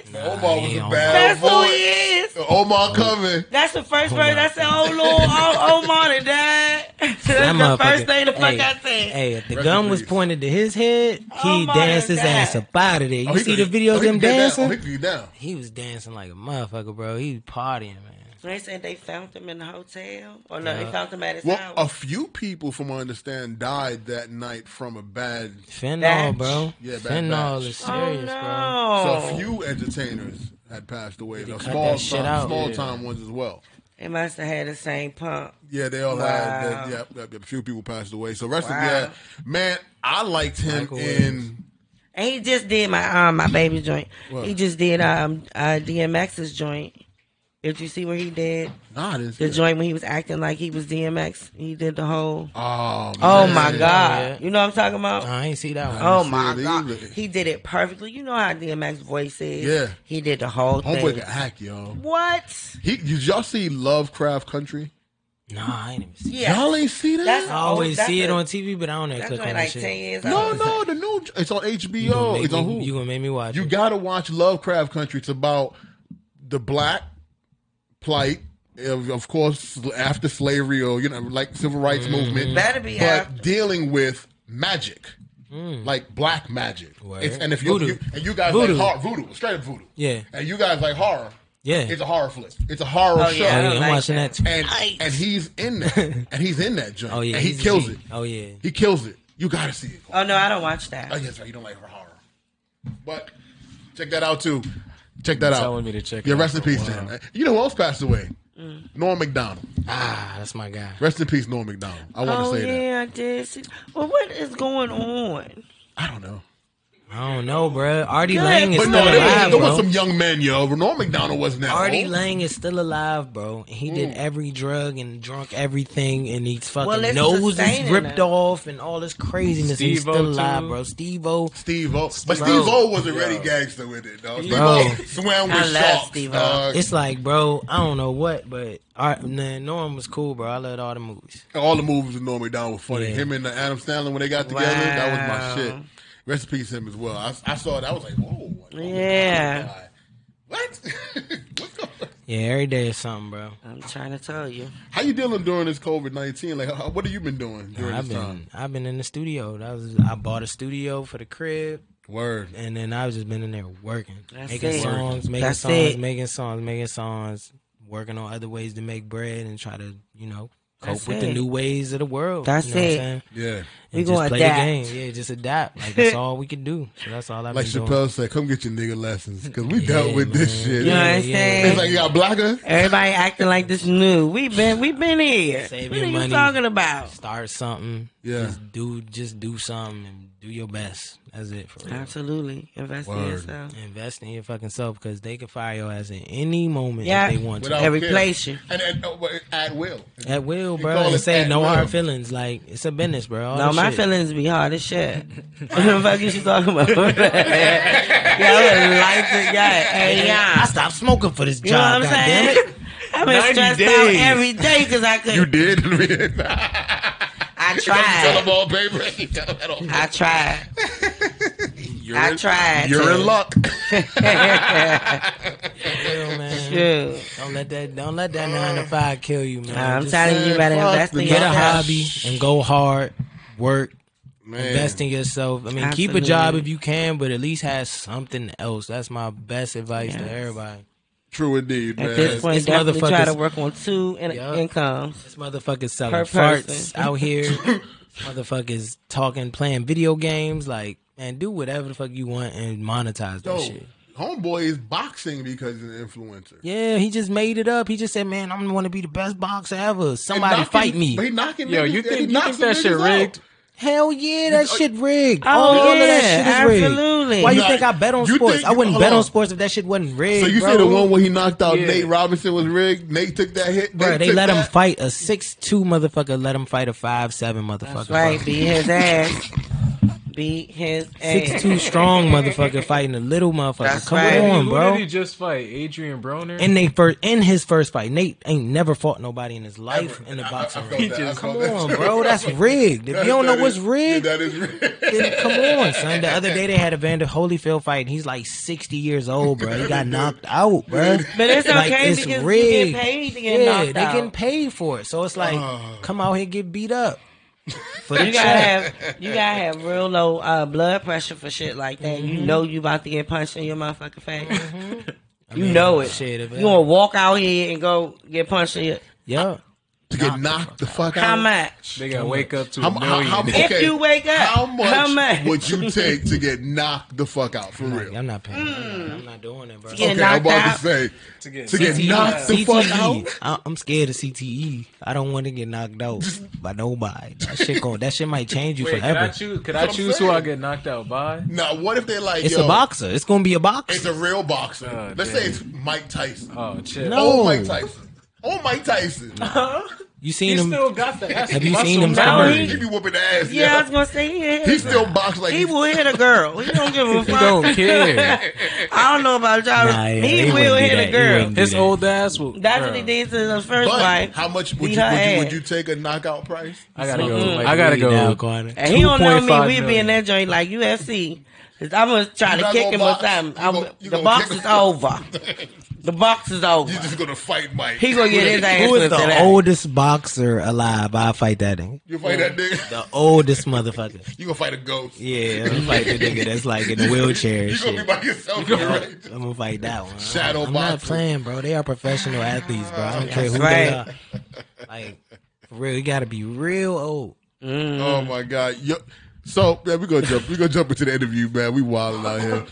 who he is.
Omar was
yeah,
a bad
That's who he
boy.
is.
Omar coming.
That's the first
Oh,
person
my
I said, oh Lord, oh, Omar and Dad. <laughs> That's the first
motherfucker-
thing the fuck
hey,
I said.
Hey, if the
Rest in
gun was
peace.
pointed to his head, he
Oh, my
danced his
God.
ass up out of there. You
Oh, he
see the
could-
video
oh,
of
he
them
could get down.
dancing?
Oh, he could get down.
He was dancing like a motherfucker, bro. He was partying, man.
They said they found him in the hotel. Or no,
Yeah.
they found him at his
Well,
house.
a few people, from what I understand, died that night from a bad.
Fentanyl,
Batch.
bro.
Yeah, bad
Fentanyl
batch.
is
oh
serious, bro.
So
no.
a few entertainers had passed away.
Oh. They
The
cut
small
that shit
time,
out.
small
Yeah.
time ones as well.
They must have had the same pump.
Yeah, they all had. That,
Wow.
yep, yep, yep. A few people passed away. So rest
Wow.
of yeah, man. I liked him
Michael Williams.
in.
And he just did my um my baby joint.
What?
He just did um uh DMX's joint. Did you see where he did
Nah, this.
the joint when he was acting like he was DMX? He did the whole
Oh,
Oh
man.
my god.
Yeah.
You know what I'm talking
Uh-huh.
about?
I ain't see that one.
Oh
see
my
it
god.
either.
He did it perfectly. You know how DMX voice is.
Yeah.
He did the whole
Homeboy
thing.
can act, yo.
What?
He, did y'all see Lovecraft Country?
Nah, I ain't even see
Yeah.
Y'all ain't see that?
it.
That's-
I always
Oh,
see it
that's a-
on TV, but I don't ever
That's
click
only
on
like
that
ten
shit.
years
no,
old.
no, the new. It's on
You gonna
HBO.
make
Oh, It's on
me-
who?
You gonna make me watch
You
it.
gotta watch Lovecraft Country. It's about the black plight, of, of course, after slavery or you know, like civil rights
Mm-hmm.
movement,
That'd be
but
after.
dealing with magic, like black magic.
Mm. Word.
It's, and if you,
Voodoo.
you and you guys
Voodoo.
like horror, voodoo, straight up voodoo.
Yeah.
and you guys like horror.
Yeah.
it's a horror flick. It's a horror
Oh,
show.
Oh,
I
yeah,
don't
I'm
like
watching that.
that.
too.
And, and he's in
<laughs>
that, and he's in that joint.
Oh yeah,
and he
he's a
kills
G.
it.
Oh yeah,
He kills it. You gotta see it.
Oh no, I don't watch that.
Oh, yes, right. You don't like her horror. But check that out, too. Check that out.
Telling me to check it
Yeah,
out
rest in
for a
peace to
while.
him. You know who else passed away? Norm McDonald.
ah, that's my guy.
Rest in peace, Norm McDonald. I want to
oh
say that.
yeah, I did. see- Well, what is going on?
I don't know.
I don't know, bro. Artie
Good.
Lang is
But no,
still
there,
alive,
was, there
bro.
was some young men, yo. Norm McDonald wasn't that
Artie
Oh.
old.
Lang is still alive, bro. He did every drug and drunk everything, and he's fucking
Mm. Well, it's
nose is
sustaining
ripped
it.
off and all this craziness. and he's
Steve-O,
still alive,
too.
bro. Steve O.
Steve O. But
Bro.
Steve O was already gangster with it, though. Steve O swam
I
with
love
sharks,
Steve-O.
dog.
It's like, bro, I don't know what, but Ar- nah, Norm was cool, bro. I loved all the movies.
All the movies with Norm McDonald were funny.
Yeah.
Him and uh, Adam Sandler, when they got together, that was my
Wow.
shit. Rest in peace to him as well. I, I saw that. I was like, whoa. Norm McDonald
Yeah.
died. What? <laughs> What's going on?
Yeah, every day is something, bro.
I'm trying to tell you.
How you dealing during this COVID nineteen? Like, how, what have you been doing during
I've
this
been
time?
I've been in the studio. That was I bought a studio for the crib,
Word.
and then I've just been in there working,
That's
making
it.
songs, making
That's
songs,
it.
making songs, making songs, working on other ways to make bread and try to you know cope
That's
with the
it.
new ways of the world.
That's
you know what I'm
it.
saying?
Yeah.
And
We gonna
play
adapt.
the game. Yeah, just adapt. Like that's all we can do. So that's all I've
Like
been doing.
Chappelle said, come get your nigga lessons because
<laughs>
we dealt
Yeah,
with this
man.
shit.
You know what
Yeah,
I'm
yeah.
saying?
It's like you got blacker.
Everybody acting like this new. We been we been here.
Save
what
your
are
money.
you talking about?
Start something.
Yeah.
Just do just do something and do your best. That's it for real.
Absolutely. Invest
Word.
in yourself.
Invest in your fucking self because they can fire your ass in any moment
Yeah.
if they want to.
Without
And
care.
replace you.
And, and uh, but at will.
At will,
You
bro.
call
And
it
say
at
no
will.
hard feelings. Like it's a business, bro. All
No,
this
my
shit.
feelings be hard as <laughs> shit. what the fuck is you talking about? <laughs> yeah, I would like to, yeah, hey,
I
yeah.
stopped smoking for this
You know what I'm
job. God damn
saying?
it.
<laughs> I've been
90
stressed
days.
out every day because I couldn't.
You did. <laughs>
I
Tell them
tried.
all, baby. <laughs> You tell them all.
I tried.
You're
I
in-
tried.
You're
to-
in
<laughs>
luck.
<laughs> Real, man.
Shoot.
Don't let that don't let that nine to five kill you, man.
I'm
Just
telling you, you better
fuck
invest in
the-
get a
yourself.
hobby and go hard, work,
Man.
invest in yourself. I mean, keep a
Absolutely.
job if you can, but at least have something else. That's my best advice to
Yes.
everybody.
True indeed,
At
man.
this point,
It's
definitely try
motherfuckers-
to work on two in-
Yeah.
incomes.
This motherfucker's selling
Per
farts
person.
out here. motherfuckers talking, playing video games. Like, man, do whatever the fuck you want and monetize that
Yo,
shit.
homeboy is boxing because he's an influencer.
Yeah, he just made it up. He just said, "Man, I'm want to be the best boxer ever.
And
Somebody
knocking-
fight me."
He knocking
Yo,
niggas-
you
and
think-
he
you
knocks
think
some
that shit
niggas out.
rigged?
Hell yeah, that shit rigged.
Oh,
all, all of
yeah,
that shit is rigged.
absolutely.
Why you
Nah,
think I bet on
you
sports?
think-
I wouldn't
hold
bet on.
on.
sports if that shit wasn't
So
rigged.
you
bro.
say the one where he knocked out Nate
Yeah.
Robinson was rigged? Nate took that hit.
Bro, they
took
let him
that-
fight a six two motherfucker. Let him fight a five seven motherfucker.
That's right. Beat his ass. Beat his ass.
Six two strong motherfucker fighting a little motherfucker.
That's
Come
right.
on,
Who
bro.
did he just fight? Adrian Broner?
In they first, in his first fight, Nate ain't never fought nobody in his life
Ever.
in the
I- I- I
boxing
felt
ring.
that. I
Just-
Come
felt that
on,
too.
bro. That's rigged. If you
That-
don't know
that
what's
is-
rigged,
yeah, that is
<laughs>
rigged.
then come
<laughs>
on, son. The other day they had a Vander Holyfield fight, and he's like sixty years old, bro. He got knocked out, bro.
But it's okay
Like, it's
because you
rigged.
get paid to get
Yeah,
knocked
they
out. Oh.
getting paid for it, so it's like, come out here get
<laughs>
beat up. For the
You gotta
check.
have you gotta have real low uh, blood pressure for shit like that. You
Mm-hmm.
know you about to get punched in your motherfucking face.
Mm-hmm.
You know it.
shit, if
you
it-
gonna walk out here and go get punched in your
Yeah.
to get knocked the fuck
how
out.
much?
they gotta wake up to
How
a
mu- how-
million.
how mu-
If
Okay.
you wake up,
How much,
how much?
would
<laughs>
you take to get knocked the fuck out for
Like,
real?
I'm not paying.
Mm.
I'm, not, I'm not doing it, bro.
Yeah.
okay, I'm
knocked
about
out?
to say
to get,
to get knocked the fuck out.
CTE. E. I- I'm scared of CTE. I don't want to get knocked out by nobody. That shit gon' That shit might change you
Wait, could I
forever.
choose? Could I
what I'm
choose who I
saying.
get knocked out by?
Now, what if they're like,
It's
yo,
a boxer. It's gonna be a
It's
boxer.
a real boxer.
Oh,
Let's
damn.
say it's Mike Tyson.
Oh, chill.
No.
Oh, Mike Tyson. Oh, Mike Tyson.
you
He
seen him?
still got that.
<laughs> Have you seen him
now.
sparring?
he be whooping ass.
<laughs> yeah, I
Yeah,
was gonna say he hit.
he still box like
he will hit a girl. He don't give
<laughs>
a
He
fuck.
don't care.
I don't know about y'all.
Nah, yeah,
he
they
will
wouldn't
hit
do that.
a
He
girl.
wouldn't do
His
that.
old ass will.
That's what
Bruh,
he did to his first
But
wife.
how much would
Beat
you,
her
would, you,
ass.
would you take a knockout price?
I gotta go.
Like,
I gotta
really now,
go.
Carter.
And he don't know me.
2.5
We be in
million.
that joint like UFC. i I'm gonna try
You
to
not
kick
gonna
him or
box.
something.
You
I'm,
gonna- you
the
gonna
box
kick
is
him. <laughs>
over. The box is over.
You're just gonna fight Mike.
He gonna get his ass
Who is
whipped
the
today.
oldest boxer alive? I fight that nigga.
You fight that nigga. <laughs>
The oldest motherfucker. <laughs>
You gonna fight a ghost.
Yeah, I'm gonna fight the nigga that's like in a wheelchair.
<laughs>
and
You gonna be
shit.
by yourself. You're right.
I'm gonna fight that one.
Shadow
I'm not
boxing.
playing, bro. They are professional athletes, bro. I don't care who they
right.
are. Like, for real, you gotta be real old.
Oh my god. Yo, so man, we gonna jump. We gonna jump into the interview, man. We wilding out here.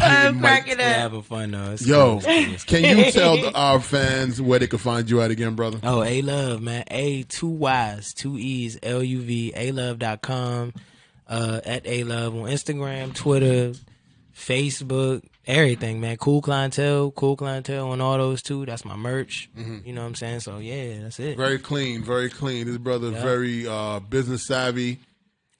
I'm cracking
We're
up.
having fun though. It's
Yo,
<laughs> cool. It's cool.
can you tell the, our fans where they can find you at again, brother?
Oh, A Love, man. A two Y's, two E's, L U V, A Love.com, uh, at A Love on Instagram, Twitter, Facebook, everything, man. Cool clientele, cool clientele on all those too. That's my merch.
Mm-hmm.
You know what I'm saying? So yeah, that's it.
Very clean, very clean. This brother very uh, business savvy,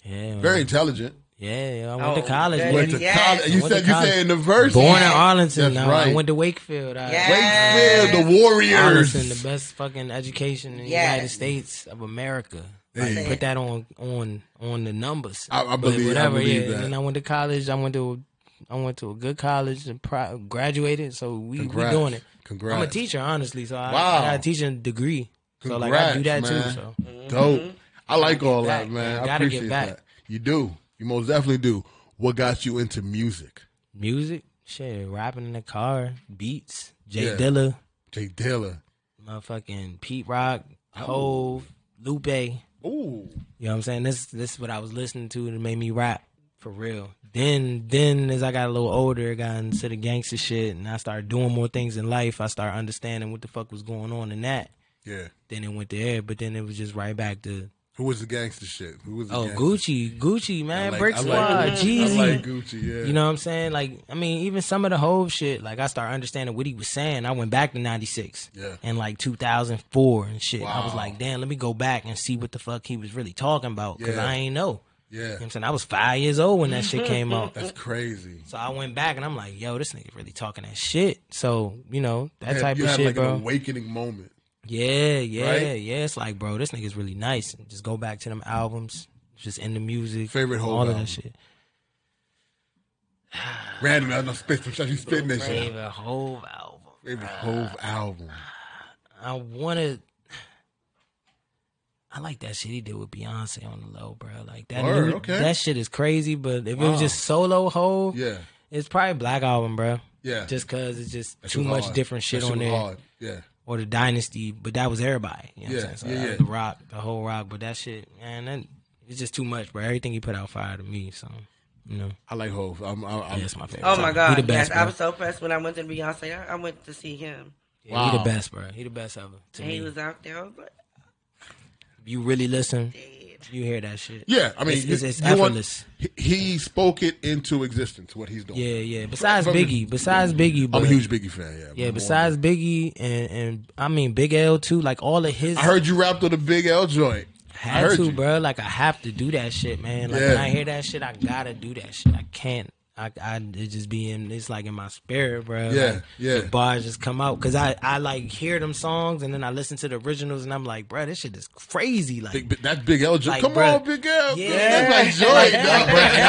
Yeah, man.
very intelligent.
yeah. I went to
Oh,
college.
yeah.
Went
Went
to
Yes.
college. You
Went to
said you
college.
said in the verse.
born in Arlington.
That's
I, I
right.
went to Wakefield. I,
Yes.
Wakefield, the Warriors.
Arlington, the best fucking education in the
Yes.
United States of America. Like,
Hey.
Put that on on on the numbers.
I- I
But
believe- I believe that.
And then I went to college. I went to I went to a good college and pri- graduated. So we we
Congrats.
doing it.
Congrats.
I'm a teacher, honestly. So I,
Wow.
I got a teaching degree. so like I
Congrats,
do that too.
man.
So
Dope. I like all
back,
that, man.
man.
I
Gotta get
appreciate
back.
that. You do. You most definitely do. What got you into music?
music, shit, rapping in the car, beats, Jay
Yeah.
Dilla.
Jay Dilla.
motherfucking Pete Rock,
Oh.
Hove, Lupe. You
Ooh.
know what I'm saying? This this is what I was listening to that made me rap for real. Then then as I got a little older, I got into the gangster shit and I started doing more things in life. I started understanding what the fuck was going on in that.
Yeah.
Then it went there, but then it was just right back to
Who was the gangster shit? Who was the
oh
gangster?
Gucci, Gucci man,
like-
Brick
I like
Squad,
I
Jeezy.
like Gucci, yeah.
You know what I'm saying? Like, I mean, even some of the whole shit, like, I started understanding what he was saying. I went back to 96
Yeah.
and like 2004 and shit. I was
Wow.
like, damn, let me go back and see what the fuck he was really talking about because
Yeah.
I ain't know.
Yeah.
You know what I'm saying? I was five years old when that shit came out.
That's crazy.
So I went back and I'm like, yo, this nigga really talking that shit. So, you know, that
Had-
type
you
of
had
shit,
like
bro.
an awakening moment.
Yeah, yeah,
Right?
yeah. It's like, bro, this nigga's really nice. And just go back to them albums, just in the music,
Favorite whole
all of
album?
that shit.
Random, I know spit some shit. You spitting this shit.
Favorite whole album.
Favorite Hove album.
I wanna. I like that shit he did with Beyonce on the low, bro. Like that.
Word,
new-
okay.
That shit is crazy. But if it
Wow.
was just solo whole,
Yeah.
it's probably Black Album, bro.
Yeah.
Just cause it's just
That shit
too
was
much
hard.
different shit
That
on
was
there.
Hard. Yeah.
or the dynasty, but that was everybody. You know what
Yeah,
I'm saying? So
yeah,
that
yeah.
was the rock, the whole rock, but that shit, man, that, it's just too much, bro. Everything he put out fire to me, so you know.
I like Hove. I'm, I'm, I'm
Yeah, it's my favorite.
Oh
So,
my
he
God!
the
yes,
best, bro.
I was so impressed when I went to Beyonce. I, I went to see him.
Yeah, He
Wow.
the best, bro. He the best ever. To
And
me.
Mm-hmm.
he was out there. I was like,
you really listen,
dead.
you hear that shit.
Yeah, I mean,
it's, it's, it's
you want-
effortless.
he, he spoke it into existence. What he's doing.
yeah, yeah. Besides
From-
Biggie, besides Biggie, but,
I'm a huge Biggie fan. Yeah.
yeah.
More-
Besides Biggie and and I mean Big L too. Like all of his,
I heard you rapped on the Big L joint. I
had
heard
to,
you.
bro. Like I have to do that shit, man. Like
Yeah.
when I hear that shit, I gotta do that shit. I can't. I, I it just be in it's like in my spirit, bro.
Yeah,
Like,
yeah.
The bars just come out because I I like hear them songs and then I listen to the originals and I'm like, bro, this shit is crazy. Like,
Big, that Big L joint.
Like,
Come
bruh.
on, Big L.
Yeah.
That's my
like,
joint.
like,
dog.
bruh, and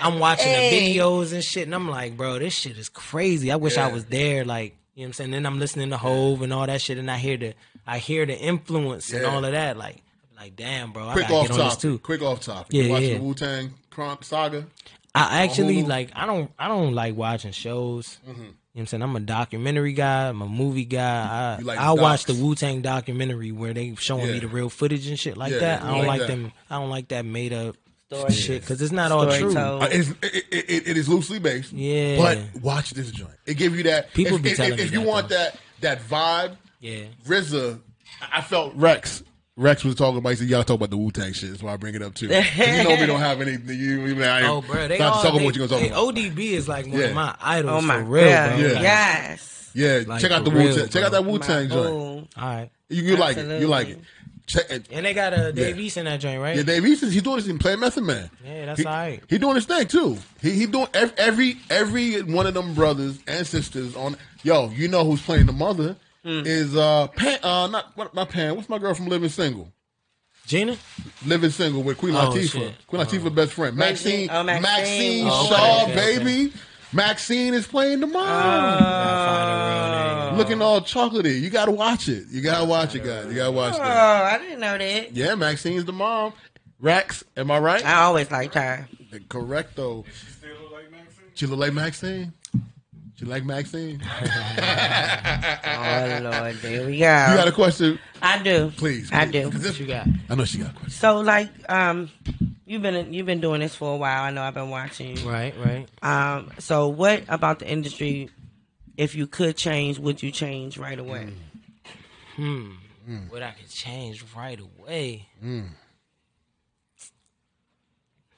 I'm, I'm watching the videos and shit, and I'm like, bro, this shit is crazy. I wish I
Yeah.
was there. Like, you know what I'm saying? Then I'm listening to Hove and all that shit, and I hear the I hear the influence and
Yeah.
all of that. Like, like damn, bro, I
Quick
gotta
off
get on this too.
topic. Quick off topic.
Yeah,
You watching
yeah.
the Wu Tang Saga?
I actually
Hulu? Mm-hmm.
like I don't I don't like watching shows. You know what I'm saying? I'm a documentary guy, I'm a movie guy. I
You like
I watch the
docs?
Wu Tang documentary where they showing
Yeah.
me the real footage and shit like
Yeah,
that. I
you
don't
like
like,
that.
them I don't like that made up
Story.
shit cuz it's not all
Story
true.
told.
Uh, it's, it, it, it- it is loosely based.
Yeah.
But watch this joint. It gave you that.
People
if,
be
if-
telling
if,
me
if you
that,
want
though.
that that vibe,
Yeah.
RZA, I I felt Rex. Rex was talking about. He said, "Y'all talk about the Wu Tang shit." That's why I bring it up too. 'Cause you know we don't have any. You, you know, I,
Oh, bro, they
not
all
to talk
they-
about what you're gonna
they-
talk about.
ODB is like one
Yeah.
of my idols
Oh my
for real,
God!
bro.
Yeah.
Like,
Yes.
yeah,
Like,
check out the
for
Wu
real,
Tang. Check out that Wu Tang
My
joint.
boo.
All right.
You, you like it. You like it.
Absolutely.
Check it.
And they got a Dave
Yeah.
East in that joint, right?
Yeah, Dave East is he doing his thing, playing Method Man.
Yeah, that's
he,
alright.
He doing his thing too. He he doing ev- every every one of them brothers and sisters on. Yo, you know who's playing the mother
Mm.
is uh Pan uh not what, not Pan. What's my girl from Living Single?
Gina?
Living Single with Queen
Oh,
Latifah.
shit.
Queen Latifah best friend Maxine
Oh, Maxine.
Maxine
Oh,
okay,
Shaw
okay, okay.
baby. Maxine is playing the mom.
Oh,
Gotta find a real name.
Looking all chocolatey. You gotta watch it. You gotta watch it, guys. You gotta watch
Oh,
that.
I didn't know that.
Yeah, Maxine's the mom. Rax, am I right?
I always liked her.
Correct though.
She still look like Maxine?
She look like Maxine. She like Maxine.
Oh Lord, there we go.
You got a question?
I do.
Please.
I
please.
do.
'Cause this-
What you got?
I know she got a question.
So like, um, you've been you've been doing this for a while. I know I've been watching you.
Right, right.
Um, so what about the industry? If you could change, would you change right away?
Hmm.
Mm.
What I could change right away.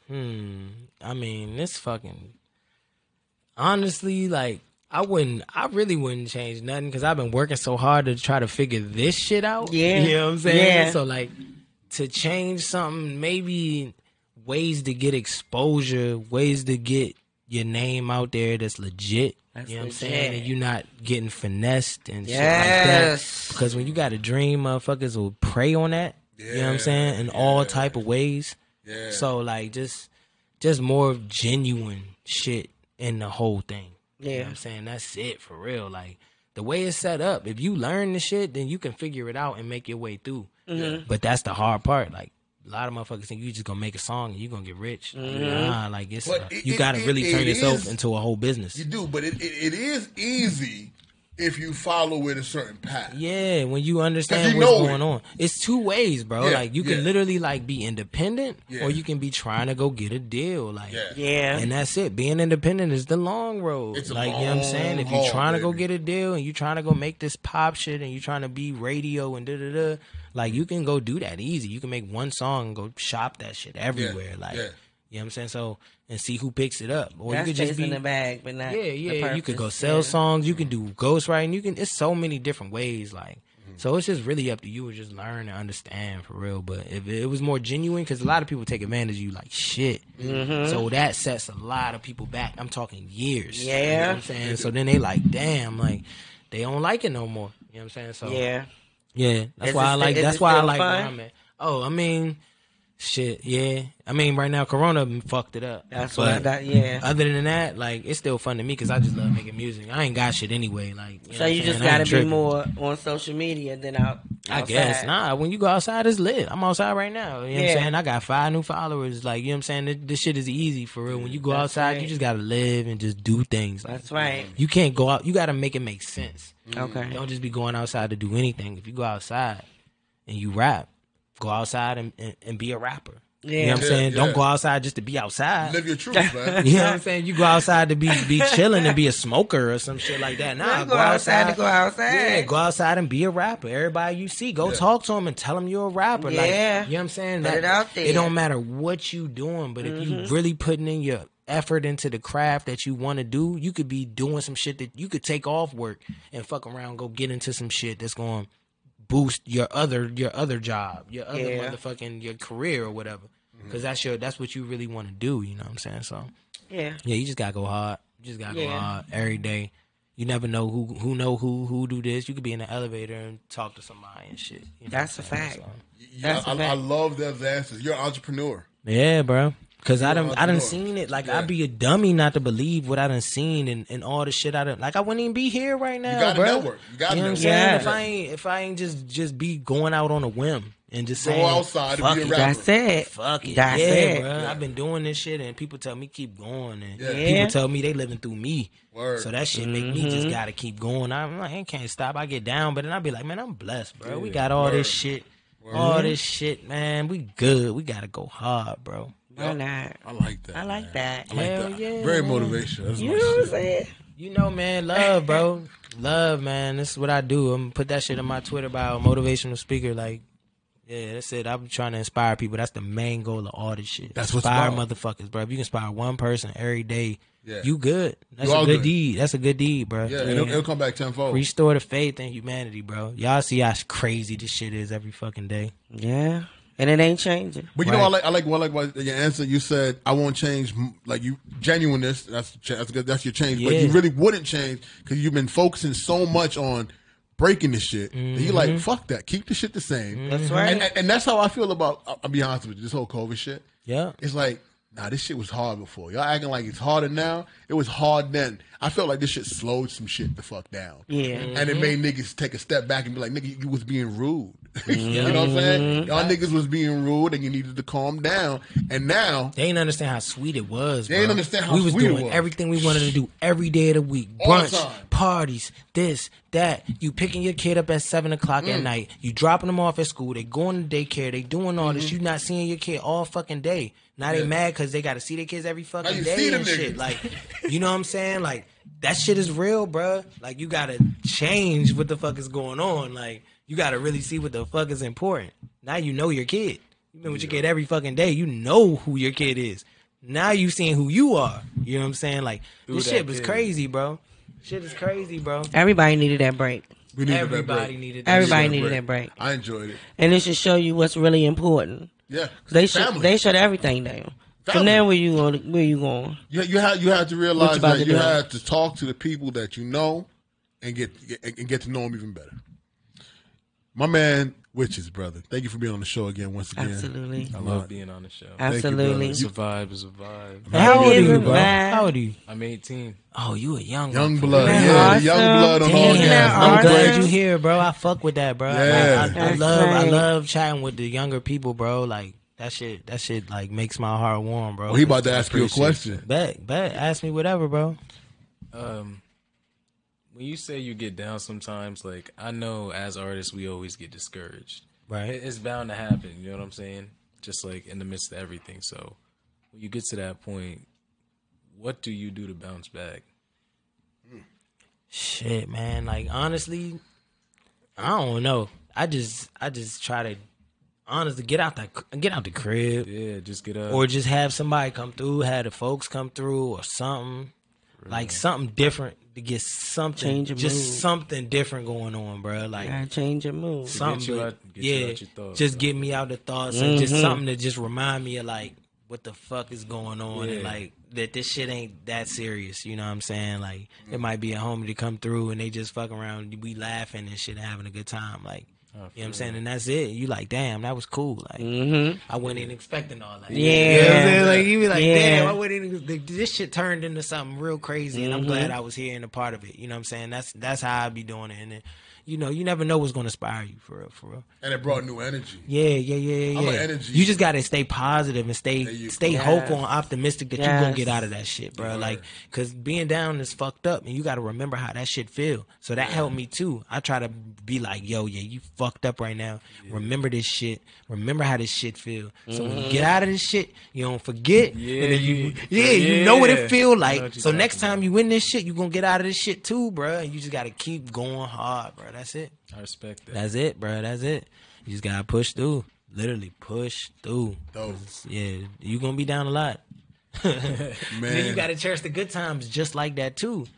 Hmm. I mean, this fucking. Honestly, like I wouldn't. I really wouldn't change nothing because I've been working so hard to try to figure this shit out.
Yeah.
You know what I'm saying?
Yeah.
So like, to change something, maybe ways to get exposure, ways to get your name out there that's legit. you know what I'm saying?
legit.
And you're not getting finessed and
Yes.
shit like Mm, that. Because when you got a dream, motherfuckers will prey on that. You know what
Yeah,
I'm saying? In all type of ways.
Yeah.
So like just just more genuine shit in the whole thing. You know
Yeah.
what I'm saying? That's it for real. Like the way it's set up, if you learn the shit, then you can figure it out and make your way through.
Mm-hmm.
But that's the hard part. Like a lot of motherfuckers think you just gonna make a song and you gonna get rich. Like, Nah, like it's
Mm-hmm. But
uh,
it-
you
it-
gotta
it-
really turn
it
yourself
is-
into a whole business.
You do, but it, it, it is easy if you follow it a certain path.
Yeah, when you
Cause
understand
you
what's
know it.
going on, it's two ways, bro.
Yeah,
like you can
yeah.
literally like be independent,
Yeah.
or you can be trying to go get a deal. Like,
Yeah.
Yeah.
and that's it. Being independent is the long road.
It's a
like you know what I'm saying.
long
If you're
haul,
trying to go
baby.
get a deal and you're trying to go make this pop shit and you're trying to be radio and da da da, like you can go do that easy. You can make one song and go shop that shit everywhere. Like,
yeah.
you know what I'm saying. So and see who picks it up, or
That's
you could just
chasing
be
the bag, but not
yeah,
the
yeah. You could
purpose.
go sell
Yeah.
songs. You can do ghostwriting. You can. It's so many different ways. Like So it's just really up to you to just learn and understand for real. But if it was more genuine, because a lot of people take advantage of you like shit.
Mhm.
So that sets a lot of people back. I'm talking years. You know
Yeah.
what I'm saying? So then they like, damn, like they don't like it no more. You know what I'm saying? So
Yeah.
Yeah. That's
Is
why
it
I
sti-
like
is
that's
it
why I
still
like where
fun?
I'm at. Oh, I mean shit, yeah. I mean right now Corona fucked it up.
That's what I-
But
that- yeah.
Other than that, like it's still fun to me because I just love making music. I ain't got shit anyway. Like know
So
what I'm
you just
saying? I ain't
gotta be
tripping.
more on social media than out.
I guess
outside.
nah. When you go outside, it's lit. I'm outside right now. You know what
Yeah.
I'm saying? I got five new followers. Like you know what I'm saying? This, this shit is easy for real. When you go
That's
outside,
right.
you just gotta live and just do things. Like,
That's right.
You can't go out. You gotta make it make sense.
Okay.
Don't just be going outside to do anything. If you go outside and you rap, go outside and, and, and be a rapper. You
Yeah.
know what I'm
Yeah,
saying?
yeah.
Don't go outside just to be outside.
Live your
<laughs>
truth, man.
You know what I'm saying? You go outside to be
<laughs>
be chilling and be a smoker or some shit like that. Nah,
Nah, go outside to go outside.
Yeah, go outside and be a rapper. Everybody you see, go talk to them and tell them you're a rapper. Like,
Yeah.
you know what I'm saying?
Put it out there. Mm-hmm.
don't matter what you doing, but if you really putting in your effort into the craft that you want to do, you could be doing some shit that you could take off work and fuck around, go get into some shit that's going to boost your other your other job, your other
Yeah. Mm-hmm.
motherfucking your career or whatever. Cause that's your that's what you really want to do, you know what I'm saying? So
Yeah.
yeah, you just gotta go hard. You just gotta go
Yeah.
hard every day. You never know who who know who who do this. You could be in the elevator and talk to somebody and shit. You know
That's a
what I'm saying?
fact.
You- Yeah,
That's a
I, I
fact.
love those answers. You're an entrepreneur.
Yeah, bro. Cause I done I done
entrepreneur.
seen it. Like
Yeah.
I'd be a dummy not to believe what I done seen and, and all the shit I done. Like I wouldn't even be here right now,
gotta
bro.
network. You gotta
know what I'm
network.
Yeah.
saying? If I ain't if I ain't just just be going out on a whim and just
Go
saying,
outside
fuck
and be a
it,
rapper.
That's it.
Fuck it.
That's
yeah,
it.
bro. I've been doing this shit, and people tell me keep going, and
Yeah.
Yeah.
people tell me they living through me.
Word.
So that shit make me
Mm-hmm.
just gotta keep going. I'm like, I can't stop. I get down, but then I be like, man, I'm blessed, bro. We got all
Word. Mm-hmm.
this shit, all this shit, man. We good. We gotta go hard, bro.
Why not?
I like that.
I like that.
I like
Hell
that.
yeah,
Very
man.
motivational. That's
You
my
know what I'm
shit.
saying?
You know, man, love, bro. love, man. This is what I do. I'm gonna put that shit on my Twitter bio, motivational speaker. Like, yeah, that's it. I'm trying to inspire people. That's the main goal of all this shit.
That's what's
inspire
about.
motherfuckers, bro. If you can inspire one person every day,
Yeah.
you good. That's
You all
a good,
good.
deed. That's a good deed, bro.
Yeah, it'll, it'll come back tenfold.
Restore the faith in humanity, bro. Y'all see how crazy this shit is every fucking day.
Yeah. And it ain't changing.
But you know, I like I like what like what your answer. You said I won't change. m- Like you genuineness. That's cha- that's good. That's your change. But you
Yeah.
really wouldn't change because you've been focusing so much on breaking this shit. that you like fuck that. Keep the shit the same.
That's
And,
right.
and, and that's how I feel about. I- I'll be honest with you. This whole COVID shit.
Yeah.
It's like nah, this shit was hard before. Y'all acting like it's harder now. It was hard then. I felt like this shit slowed some shit the fuck down.
Yeah.
And it made niggas take a step back and be like, nigga, you was being rude. <laughs> you know what I'm saying? Y'all niggas was being rude and you needed to calm down. And now,
They didn't understand how sweet it was.
They
bro.
didn't understand how
we was
sweet it
doing
was.
everything we wanted to do every day of the week.
All the
Brunch,
time.
parties, this, that. You picking your kid up at seven o'clock
Mm.
at night. You dropping them off at school. They going to daycare. They doing all
Mm-hmm.
this. You not seeing your kid all fucking day. Now they mad because they got to see their kids every fucking
you
day
see them
and shit.
niggas.
Like, you know what I'm saying? Like that shit is real, bro. Like you gotta change what the fuck is going on. Like you gotta really see what the fuck is important. Now you know your kid. You've been with your kid every fucking day. You know who your kid is. Now you seeing who you are. You know what I'm saying? Like this
that
shit was
kid.
crazy, bro. Shit is crazy, bro.
Everybody needed that break.
we needed that
Everybody
break.
needed that
Everybody
shit.
needed that break.
I enjoyed it.
And it should show you what's really important.
Yeah.
They shut
Family.
they shut everything down. So
Family.
now where you going where you going?
You, you have you have to realize
about
that
to
you
do?
have to talk to the people that you know, and get and get to know them even better. My man, witches brother, thank you for being on the show again once again.
Absolutely.
I love being on the show.
you, brother.
Absolutely.
It's a vibe. It's a vibe.
How old are
Everybody
you,
needed
bro?
that.
How old are you?
I'm 18.
Oh, you a young
Young
one.
blood,
Isn't
yeah,
that
young
awesome?
blood on
Damn,
all
isn't that
gas,
Oh, I'm
no
awesome?
breaks.
glad you here, bro. I fuck with that, bro. I-
Yeah.
I, I,
That's
love I
right.
love chatting with the younger people, bro. Like that shit that shit like makes my heart warm, bro.
Oh, he about to ask you a
Appreciate
question.
bet, bet. Ask me whatever, bro.
Um, when you say you get down sometimes, like I know as artists we always get discouraged. It-
Right.
It's bound to happen. You know what I'm saying? Just like in the midst of everything. So when you get to that point, what do you do to bounce back?
Shit, man. Like honestly, I don't know. I just I just try to honestly get out the get out the crib.
Yeah, just get up.
Or just have somebody come through, have the folks come through or something. Like something different to get something,
Change your
just
mood.
something different going on, bro. Like
I change your mood.
something,
you
to-
out- get
yeah,
you out your thoughts,
just
bro.
get me out the thoughts and just
Mhm.
something to just remind me of like what the fuck is going on and
Yeah.
like that this shit ain't that serious. You know what I'm saying? Like it might be a homie to come through and they just fuck around, we laughing and shit, having a good time, like. You know what I'm saying, and that's it. You like, damn, that was cool. Like,
Mm-hmm.
I wasn't even expecting all that.
Yeah.
You know what I'm saying? Like, you be like,
Yeah.
damn, I wasn't even, th- this shit turned into something real crazy, and I'm
Mm-hmm.
glad I was here and a part of it. You know what I'm saying? That's that's how I be doing it. And then, you know, you never know what's going to inspire you for real, for real.
And it brought new energy.
Yeah, yeah, yeah, yeah.
I'm an
yeah.
energy-
You just got to stay positive and stay
There you
stay
go.
hopeful and optimistic that you're going
Yes.
to get out of that shit, bro. Like, because being down is fucked up, and you got to remember how that shit feel. So that helped me too. I try to be like, yo, yeah, you fucked up right now. Remember this shit. Remember how this shit feel. So when you
Mm-hmm.
get out of this shit, you don't forget.
Yeah.
And then you, yeah, you know what
Yeah.
it
I
feel
know
like.
what you
So next
talking
time you in this shit, you going to get out of this shit too, bro. And you just got to keep going hard, bro. That's it.
I respect that.
That's it, bro. That's it. You just gotta push through. Literally push through.
Dope.
Yeah, you gonna be down
<laughs>
a lot. Then you
Man.
gotta cherish the good times just like that too.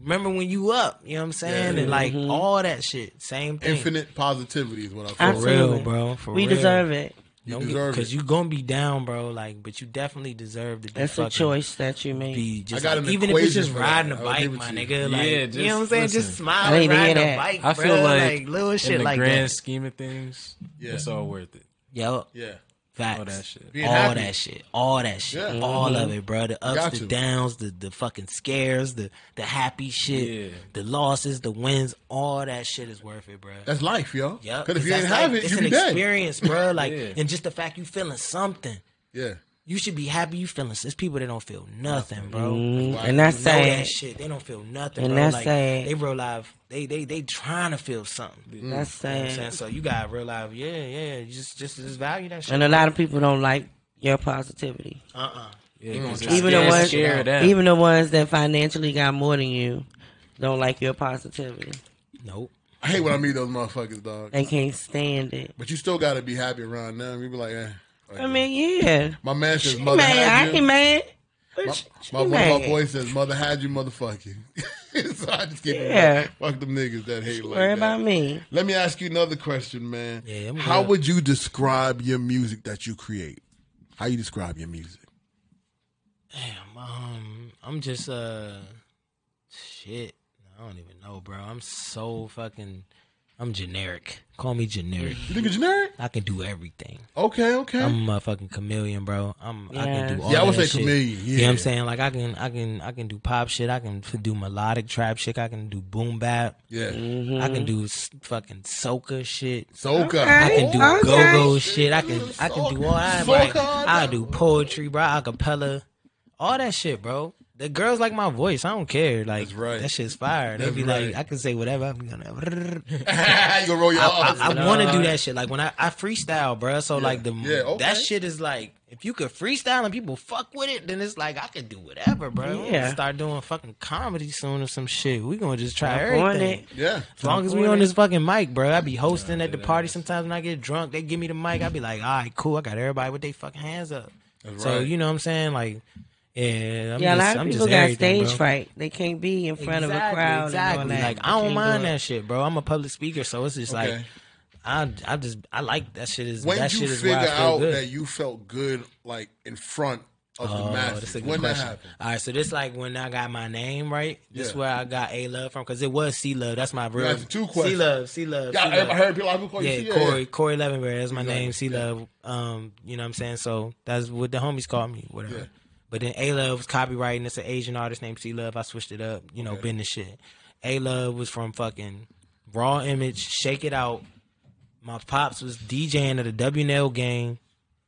Remember when you up, you know what I'm saying?
Yeah.
And like
Mm-hmm.
all that shit. Same thing.
Infinite positivity is what I
For
call it.
Absolutely.
real, bro. For
we
real.
deserve it.
You
Don't
deserve
Because
it.
you gonna be down, bro. Like, but you definitely deserve to be
That's a
fucking
choice that you made.
Be
I
just
got
like-
an
even if it's
equation
just
for that.
riding a
I'll
bike,
give it
my
to you.
nigga. Like,
Yeah,
you know what I'm
just
saying?
listen.
Just
I
smile
need
and
to hear
ride a
that.
bike,
I feel
bro.
like,
little
in
shit
the
like
grand
that.
scheme of things,
Yeah.
it's all worth it.
Yo,
yeah.
Facts.
All that shit.
Being
all
happy.
that shit. All that shit.
Yeah.
All
Mm-hmm.
of it, bro. The
got
ups,
to.
the downs, the, the fucking scares, the the happy shit,
Yeah.
the losses, the wins. All that shit is worth it, bro.
That's life, yo.
Yeah,
Because if you ain't
that's
have
like-
it,
it's
you
an
be dead.
experience, bro.
<laughs>
Like,
Yeah.
and just the fact you feeling something,
Yeah.
you should be happy. You feeling. It's people that don't feel nothing, bro.
Mhm. And that's
Know
sad.
that shit. They don't feel nothing,
And
bro.
that's
like
sad.
they real life. They they they trying to feel something. You
That's
know what I'm
sad.
saying? So you gotta realize, yeah, yeah, you just just just value that shit.
And a lot of people don't like your positivity.
uh uh
Yeah, 'cause it's
Even the
scared-
ones,
scared them.
even the ones that financially got more than you, don't like your positivity.
Nope.
I hate when I meet those motherfuckers, dog.
They can't stand it.
But you still got to be happy around them. You be like, eh. Like,
I mean, yeah.
my man says,
She
mother
mad.
had
I
you.
ain't mad. But
My,
she- she
my, one of
mad.
my boy says, mother had you, motherfucking. <laughs> so I just keep it
Yeah.
like, fuck them niggas that hate like
Worry
that.
about me.
Let me ask you another question, man.
Yeah, I'm
How
good.
would you describe your music that you create? How you describe your music?
Damn, um, I'm just uh, shit. I don't even know, bro. I'm so fucking. I'm generic. Call me generic.
You think it's generic?
I can do everything.
Okay, okay.
I'm a motherfucking chameleon, bro. I'm. I can do
Yes.
all.
yeah, I would
of that
say
shit.
chameleon. Yeah.
You know what I'm saying? Like I can, I can, I can do pop shit. I can f- do melodic trap shit. I can do boom bap.
Yeah. Mm-hmm.
I can do s- fucking soca shit.
Soca.
I can do
Okay.
go-go shit. I can I can do all that. Like,
Soca.
I do poetry, bro. Acapella, all that shit, bro. The girls like my voice. I don't care. Like
That's right.
that shit's fire. They
That's
be
right.
like, I can say whatever. I'm gonna.
<laughs> <laughs> you gonna roll your
I,
eyes.
I, want to do that shit. Like when I, I freestyle, bro. So like the
Yeah, okay.
that shit is like if you could freestyle and people fuck with it, then it's like I could do whatever, bro. I'm gonna
Yeah.
Start doing fucking comedy soon or some shit. We gonna just try
I'm
everything.
on it.
yeah.
As long as we on this fucking mic, bro. I be hosting at the party sometimes when I get drunk. They give me the mic. I be like, all right, cool. I got everybody with their fucking hands up. So
right.
you know what I'm saying? Like, yeah. I'm
yeah, a
just,
lot
I'm
of people
just
got
everything,
stage
bro.
fright. They can't be in front of a
Exactly,
crowd. And
Exactly.
all that.
Like,
They
I don't
can't
mind
do it.
that shit, bro. I'm a public speaker, so it's just
Okay.
like, I I just I like that shit. Is
When
that
you
shit is
figure
where I feel
out
good.
that you felt good, like in front of the
Oh, that's
masses,
a good
when that
question.
happened?
All right, so this like when I got my name right. This
Yeah.
where I got A Love from because it was C Love. That's my real
asked two
C
questions.
Love, C Love.
Yeah, I, I heard people. I people call Oh, you
yeah,
C- yeah,
Corey, Corey Levenberry. That's my
Exactly,
name, C
yeah.
Love. Um, you know what I'm saying? So that's what the homies called me, whatever.
Yeah.
But then A Love was copyright, and it's an Asian artist named C Love. I switched it up, you know, business shit. A Love was from fucking Raw Image, Shake It Out. My pops was DJing at a WNL game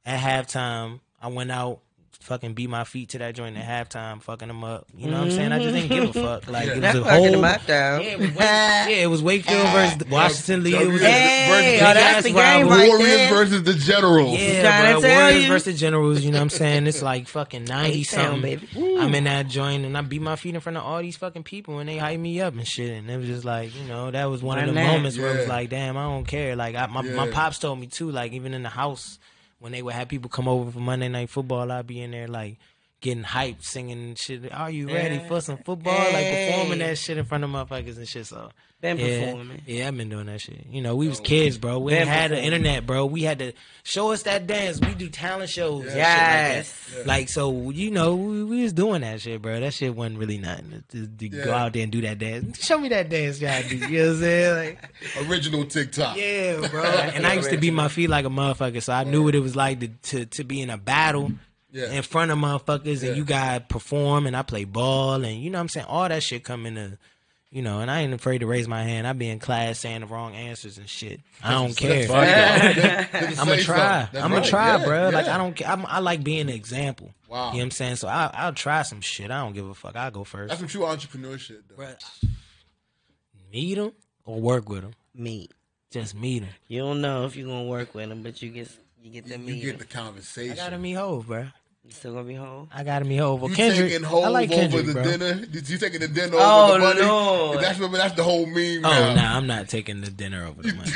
at halftime. I went out, fucking beat my feet to that joint at halftime, fucking them up. You know what I'm saying? I just didn't give a
<laughs>
fuck. Like it was
That's
a
fucking
whole.
my Ah. down.
Yeah, it
<laughs>
was Wake- <laughs> yeah, it was Wakefield versus Washington Lee. It was a-
Hey,
Hey,
versus
oh,
the
that's the
Giants
game
rivalry.
right
Warriors
there.
versus the Generals.
trying
Yeah,
to
bro.
tell
Warriors
you.
versus Generals. You know what I'm
<laughs>
saying? It's like fucking ninety
A-Town,
something.
baby.
I'm in that joint and I beat my feet in front of all these fucking people and they hype me up and shit. And it was just like, you know, that was one
Why
of the
not?
moments where it was
Yeah.
like, damn, I don't care. Like I, my my
Yeah.
pops told me too. Like even in the house when they would have people come over for Monday night football, I'd be in there like. getting hyped, singing shit. Are you
Yeah.
ready for some football?
Hey.
Like performing that shit in front of motherfuckers and shit. So
Been
yeah,
performing.
Yeah, I've been doing that shit. You know, we was kids, bro. We
Been
ain't had the
performing.
internet, bro. We had to show us that dance. We do talent shows. And
Yes.
shit like, that. like so, you know, we, we was doing that shit, bro. That shit wasn't really nothing to, to go
Yeah.
out there and do that dance. Show me that dance, y'all do. You know what I'm saying? Like,
Original TikTok.
yeah, bro. and I used to beat my feet like a motherfucker, so I knew what it was like to to, to be in a battle
Yeah.
in front of motherfuckers,
Yeah.
and you got perform, and I play ball, and you know what I'm saying all that shit come into. You know, and I ain't afraid to raise my hand. I be in class saying the wrong answers and shit. I don't care. <laughs> I'm gonna try. I'm gonna try, bruh. bro. Like I don't. ca- I'm, I like being an example.
Wow.
You know what I'm saying? So I, I'll try some shit. I don't give a fuck. I'll go first.
That's some true entrepreneurship. Though.
Bruh, meet them or work with them.
Meet.
Just meet them.
You don't know if you're gonna work with them, but you get you get to
You
meet.
get
'em.
the
I
conversation.
gotta meet Hove, bro.
You still gonna be whole.
I gotta meet Hove. Well,
You
Kendrick,
taking Hov
I like Kendrick,
over the
bro.
dinner? Did you taking the dinner
Oh,
over the money?
Lord.
That's remember that's the whole meme.
Oh
now.
no, I'm not taking the dinner over the
<laughs>
money.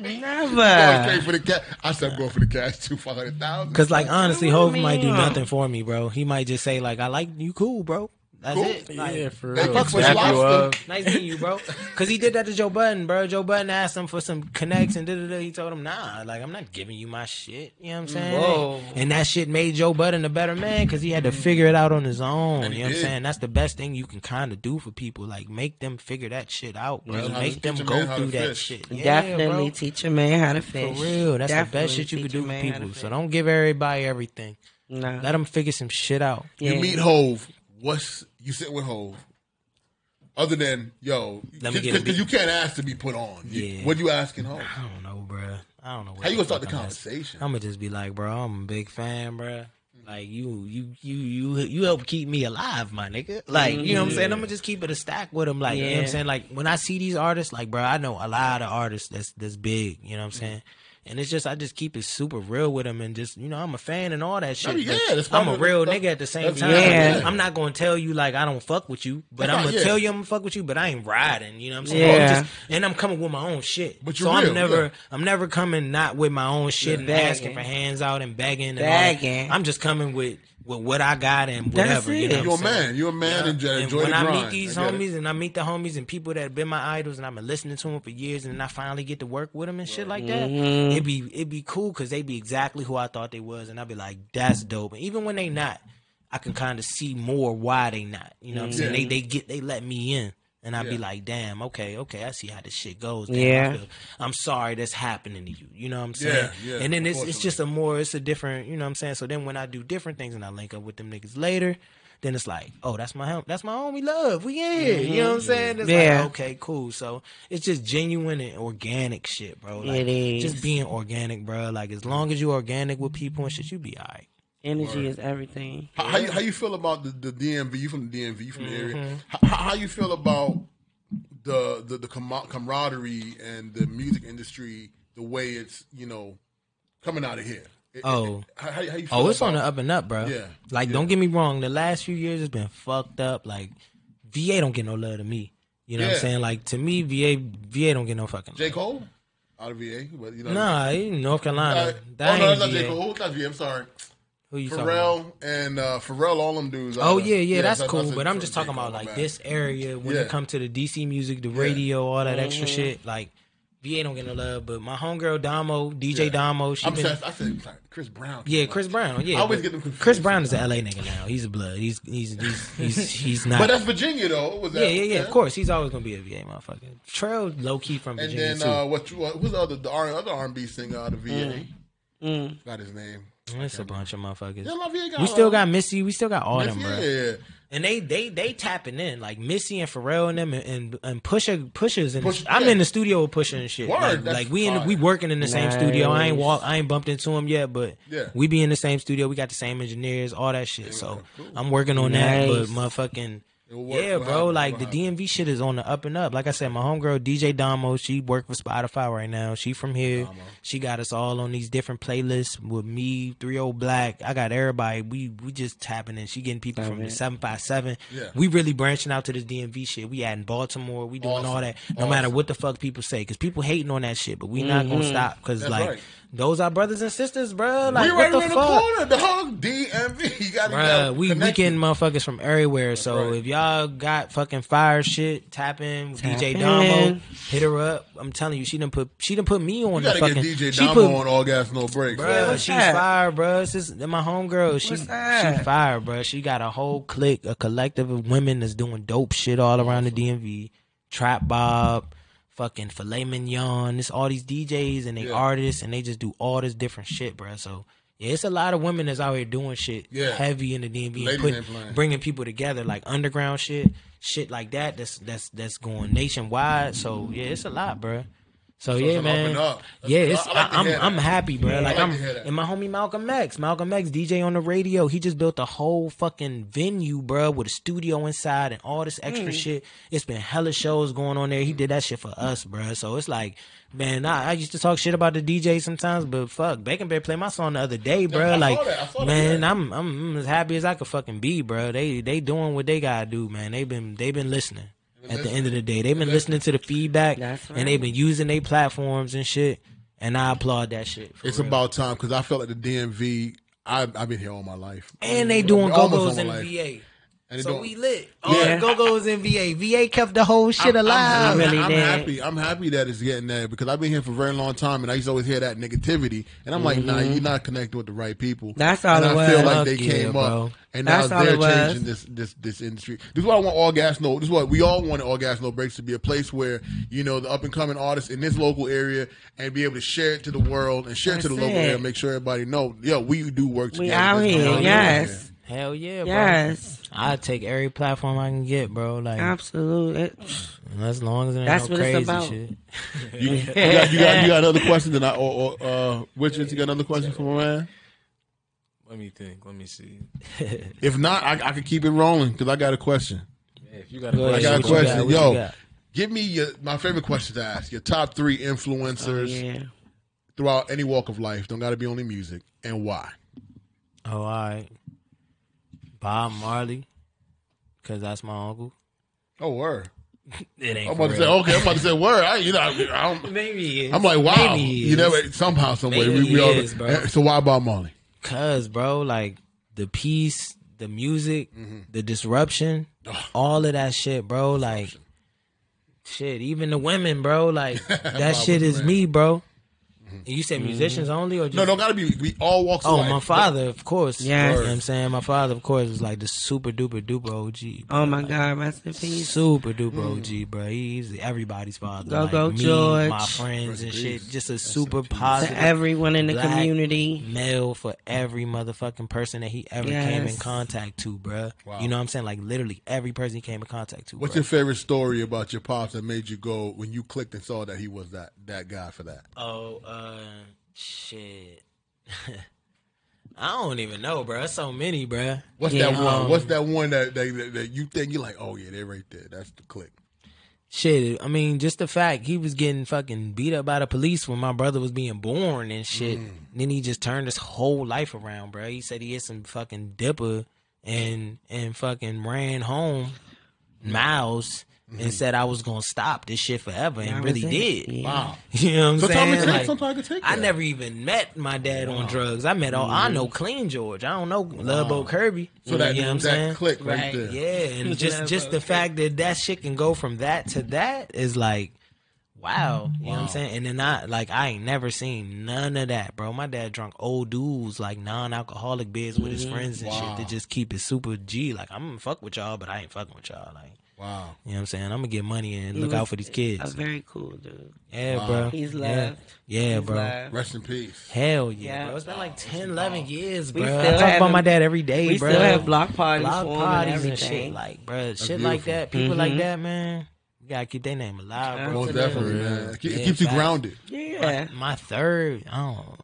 Going
Never.
straight for the cash. I said I'm going for the cash too. Five hundred thousand.
Cause like honestly, Hove might do
mean?
nothing for me, bro. He might just say like, "I like you, cool, bro." That's
Cool.
it. Like,
yeah, for
They
real.
fuck with
Snap you up.
lobster.
<laughs> Nice meeting
<laughs>
you, bro. Cause he did that to Joe Budden, bro. Joe Budden asked him for some connects and da da da. He told him, "Nah, like I'm not giving you my shit." You know what I'm saying?
Whoa.
And that shit made Joe Budden a better man because he had to figure it out on his own.
Mm. And he
You know what I'm
did.
saying? That's the best thing you can kind of do for people. Like make them figure that shit out, bro.
Learn how to
Make them
teach a
go
man how to
through that
fish.
shit. Yeah,
Definitely
bro.
teach a man how to
For
fish.
real, that's the
Definitely
best shit you could
teach a
do for
man how to
people. So
fish.
don't give everybody everything.
Nah.
Let them figure some shit out.
you
Yeah.
meet Hove. What's you sit with Hove? Other than yo,
Let me
cause-
get a
cause
beat.
you can't ask to be put on. You-
Yeah.
What you asking Hove?
I don't know, bro. I don't know. What
How you gonna start the conversation?
I'm gonna just be like, bro, I'm a big fan, bro. Like you, you, you, you, you help keep me alive, my nigga. Like you know what I'm saying. I'm gonna just keep it a stack with him. Like you know what I'm
Yeah.
saying. Like when I see these artists, like bro, I know a lot of artists that's that's big. You know what
Mm.
I'm saying. And it's just I just keep it super real with him, and just you know I'm a fan and all that shit.
mean,
but
yeah, that's
I'm
part
a
of the-
real
that's-
nigga at the same
that's-
time.
yeah.
I'm not gonna tell you like I don't fuck with you, but
That's
I'm
not-
gonna
yeah.
tell you I'm gonna fuck with you, but I ain't riding. You know what I'm saying? I'm
Yeah.
just- and I'm coming with my own shit.
But
so
you're
I'm
real,
never
yeah.
I'm never coming not with my own shit and
Begging.
asking for hands out and begging and all that.
Begging.
I'm just coming with with what I got and
That's
whatever. You
it.
know what
You're a
I'm saying?
man. You're a man and enjoy,
Yeah. And
enjoy
when
the
I
grind.
meet these
I get it.
homies and I meet the homies and people that have been my idols and I've been listening to them for years and then I finally get to work with them and shit like that, it'd be it'd be cool because they be exactly who I thought they was and I'd be like, that's dope. And even when they not, I can kind of see more why they not. You know what I'm saying? They they get they let me in. And I'd be
Yeah.
like, damn, okay, okay, I see how this shit goes. Damn,
Yeah.
I feel, I'm sorry that's happening to you. You know what I'm
Yeah,
saying?
yeah,
and then it's, it's
unfortunately.
just a more, it's a different, you know what I'm saying? So then when I do different things and I link up with them niggas later, then it's like, oh, that's my hom- that's my homie love. We in here. You know what I'm saying? It's
Yeah.
like, okay, cool. So it's just genuine and organic shit, bro. Like,
It is.
Just being organic, bro. Like as long as you organic with people and shit, you be all right.
Energy is everything.
How, how you how you feel about the, the DMV? You from the DMV? You from the
Mm-hmm.
area? How, how- how you feel about the the, the camar- camaraderie and the music industry? The way it's you know coming out of here. It- it-
Oh.
how, how you feel
Oh, it's
about-
on the up and up, bro.
Yeah.
Like, don't get me wrong. The last few years has been fucked up. Like, VA don't get no love to me. You know what
Yeah.
I'm saying? Like, to me, VA VA don't get no fucking
J
love.
Cole out of VA, but you know.
Nah, he in North Carolina.
Uh,
that
oh no,
ain't
that's not J
VA.
Cole. Who- Not VA. I'm sorry.
Who you talking about?
Pharrell and uh, Pharrell, all them dudes.
Oh
out of-
yeah, yeah, that's
so-
cool.
a
But I'm
different
just talking
J. Cole,
about like
man.
this area when
Yeah.
it comes to the DC music, the radio, all that extra shit. Like VA don't get no love, but my homegirl Damo, DJ
Yeah.
Damo, she
I'm
been
sorry, I said sorry, Chris Brown.
yeah, Chris Brown. Yeah,
I always
but
get them confused.
Chris Brown is an LA nigga now. He's a blood. He's he's he's
<laughs>
he's, he's not.
But that's Virginia though. Was that?
yeah, yeah, yeah, Of course, he's always gonna be a VA motherfucker. Trail low key from
And
Virginia
then
too.
uh, what? You, uh, who's the other the R, other R&B singer out of VA?
Mm.
Got his name.
That's a bunch of motherfuckers.
uh, Yeah, my VA got.
We still
uh,
got Missy. We still got all
Miss-
them, bro.
yeah, yeah.
and they they they tapping in like Missy and Pharrell and them and and, and Pusha Pusha's and
Pusha,
I'm
yeah.
in the studio with Pusha and shit.
Word,
like,
that's
like, we in the,
fire.
we working in the same studio. I ain't
Nice.
walk I ain't bumped into him yet, but
Yeah.
we be in the same studio. We got the same engineers, all that shit. so I'm working on
Nice.
that, but motherfucking.
It'll work.
Yeah,
It'll
bro.
happen.
Like
It'll
the
happen.
DMV shit is on the up and up. Like I said, my homegirl DJ Damo, she worked for Spotify right now. She from here. She got us all on these different playlists with me, Three O Black. I got everybody. We we just tapping in. She getting people from the seven five seven.
Yeah.
We really branching out to this DMV shit. We adding Baltimore. We doing all
Awesome.
that. No
Awesome.
matter Mm-hmm. what the fuck people say, because people hating on that shit, but we not gonna stop. Because
That's
like
right.
Those are brothers and sisters, bro. Like
we right
what the
around
fuck?
the corner, dog. DMV. <laughs> You gotta
Bruh,
get
we we
connected.
getting motherfuckers from everywhere. So
right.
if y'all got fucking fire shit, tap in with DJ
in.
Domo, hit her up. I'm telling you, she done put she done put me on
You
the
gotta
fucking.
get DJ
she
Damo
put,
on all gas no breaks.
Bruh,
what's
she's
that?
fire, bruh. This is my homegirl. She
What's that?
she fire, bruh. She got a whole clique, a collective of women that's doing dope shit all around the DMV. Trap Bob, fucking filet mignon. It's all these DJs and they
Yeah.
artists and they just do all this different shit, bruh. So yeah, it's a lot of women that's out here doing shit
Yeah.
heavy in the DMV
Ladies
and
ain't playing.
putting, bringing people together like underground shit, shit like that. That's that's that's going nationwide. So yeah, it's a lot, bruh. So,
So
yeah,
it's an
man.
open up. That's-
Yeah, it's,
I- I like to
I, am
hear that.
I'm happy, bro. like
I like
I'm
to hear that.
and my homie Malcolm X, Malcolm X DJ on the radio. He just built a whole fucking venue, bro, with a studio inside and all this extra
Mm.
shit. It's been hella shows going on there. He did that shit for us, bro. So it's like, man, I, I used to talk shit about the DJ sometimes, but fuck, Bacon Bear played my song the other day, bro.
I saw
like,
that. I saw that,
man,
yeah.
I'm, I'm I'm as happy as I could fucking be, bro. They they doing what they gotta do, man. They been they been listening. At the end of the day, they've been listening to the feedback,
That's right.
and they've been using their platforms and shit. And I applaud that shit. for
It's
real.
about time because I felt like the DMV. I've, I've been here all my life.
And they doing
Almost all
go go's
my
in
life.
VA.
And they
So
don't-
we lit. All
Yeah.
the go go's in VA. VA kept the whole shit
I'm-
alive.
I'm, I'm,
Really
I'm
did.
happy. I'm happy that it's getting there because I've been here for a very long time, and I used to always hear that negativity. And I'm like, nah, you're not connecting with the right people.
Mm-hmm. That's all
And
it
I
was.
feel like they
Fuck yeah,
came
bro.
up, and now
That's all
they're
it was.
changing this this this industry. This is what I want. All gas no. This is what we all want. All gas no breaks to be a place where you know the up and coming artists in this local area and be able to share it to the world and share it to the
That's
local
it.
area. and Make sure everybody know. Yo, we do work together.
We out
That's
here.
all it is.
Yes.
Hell yeah, bro.
Yes.
I take every platform I can get, bro. Like
Absolutely.
as long as it ain't
That's
no
what it's
crazy
about.
shit.
You, you got, you got you got another question than I or, or uh, Richard? You got another question for my man?
Let me think. Let me see.
If not, I, I could keep it rolling because I got a question.
Hey, if you got a
Go
question,
ahead.
I got a
What you
question.
what you
Yo.
got?
Give me your my favorite question to ask. Your top three influencers
Oh,
Yeah.
throughout any walk of life. Don't got to be only music, and why?
Oh, all right. Bob Marley, because that's my uncle.
Oh, word.
It ain't
I'm
for
about to
real.
say okay. I'm about to say word. I, you know, I, am
Maybe it is.
I'm like wow.
Maybe it
You
is.
never somehow, some way. We,
Maybe
we all,
it is, bro.
So why Bob Marley?
Cause, bro, like the peace, the music,
Mm-hmm. <laughs>
the disruption, all of that shit, bro. Like, shit, even the women,
<laughs>
bro. Like, that shit is me, bro. And you
Mm-hmm.
said musicians only, or just
Mm-hmm. No, don't got to be. We all walks. of
oh,
life.
my father, of course.
Yes.
You know what I'm saying my father, of course, is like the super duper duper OG. bro.
Oh my God. Rest in peace.
Super duper
Mm.
OG, bro. He's everybody's father.
Mm. Go,
like
go,
me,
George.
my friends and shit. Just a super positive
To everyone in the
Black
community.
Mail for every motherfucking person that he ever came in
Yes.
contact to, bruh.
Wow.
You know what I'm saying? Like literally every person he came in contact to.
What's
bruh.
your favorite story about your pops that made you go when you clicked and saw that he was that that guy for that?
Oh, uh, shit. <laughs> I don't even know, bruh. It's So many, bruh.
What's
Yeah,
that one?
um,
What's that one that, that, that, that you think you're like, oh yeah, they're right there. That's the click.
Shit, I mean, just the fact he was getting fucking beat up by the police when my brother was being born and shit.
Mm.
Then he just turned his whole life around, bruh. He said he hit some fucking dipper and and fucking ran home miles
Mm.
and said I was gonna stop this shit forever and
That
really
was it.
did.
Yeah.
Wow.
<laughs> You know what I'm
Sometimes it
saying?
takes-
Like,
sometimes it take
I
that.
never even met my dad on drugs. I met all I know clean George. I don't know Love Boat Kirby.
Mm. So that
you know what I'm
that
saying?
click right, there.
Yeah,
<laughs>
and just just the fact that that shit can go from that to that is like, wow. You know what I'm saying? And then I like I ain't never seen none of that, bro. My dad drunk old dudes like non-alcoholic beers with his
Mm-hmm.
friends and shit to just keep it super G. Like I'm gonna fuck with y'all, but I ain't fucking with y'all. Like
Wow.
you know what I'm saying? I'm gonna get money and
He
look
was
out for these
A
kids.
very cool dude.
Yeah, bro.
He's
yeah.
loved.
Yeah,
He's
bro.
loved.
Rest in peace.
Hell yeah,
Yeah.
bro. It's been like 10, 11 years,
We
bro. I
still
talk about
having-
my dad every day,
we
bro.
still have block parties
Block
for him
parties
and
and
everything. Mm-hmm.
shit. Like, bro, shit like
beautiful.
that. People like that, man. You gotta keep their name alive, bro.
Most
Absolutely.
definitely, man. It, keep- it
Yeah,
keeps you
facts.
grounded.
yeah.
My third, I don't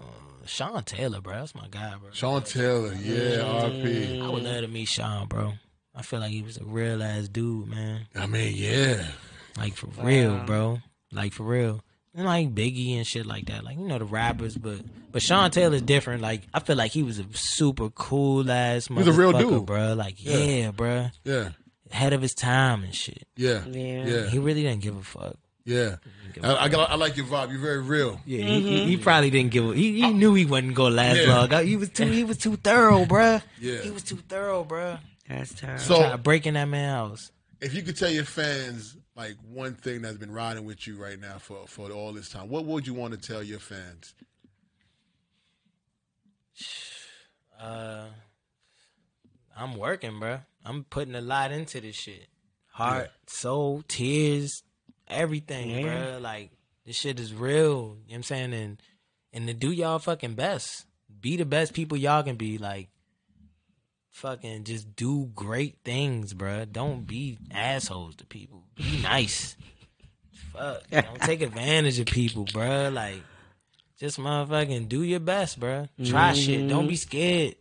Sean Taylor, bro. That's my guy, bro.
Sean Taylor, yeah,
Mm-hmm.
RP.
I would love to meet Sean, bro. I feel like he was a real ass dude, man.
I mean, yeah.
Like for real, bro. Like for real. And like Biggie and shit like that. Like you know the rappers, but but Sean Taylor's different. Like I feel like he was a super cool ass motherfucker,
was a real dude.
bro. Like
Yeah.
yeah, bro.
Yeah.
Ahead of his time and shit.
Yeah.
Yeah.
Yeah.
He really didn't give a fuck.
Yeah, I, I, got- I like your vibe. You're very real.
Yeah, he, he, he probably didn't give. a- He, he knew he wasn't gonna last
Mm-hmm. Yeah.
long. He was too. He was too thorough, bruh.
Yeah.
He was too thorough, bruh.
That's terrible.
So-
Try breaking that man house.
If you could tell your fans like one thing that's been riding with you right now for for all this time, what would you want to tell your fans?
Uh, I'm working, bruh. I'm putting a lot into this shit. Heart, soul, tears, everything,
Yeah.
bruh. Like this shit is real. You know what I'm saying? And and to do y'all fucking best. Be the best people y'all can be. Like fucking just do great things, bruh. Don't be assholes to people. Be nice.
<laughs>
Fuck. Don't take advantage of people, bruh. Like just motherfucking do your best, bruh. Try shit.
Mm-hmm.
Don't be scared.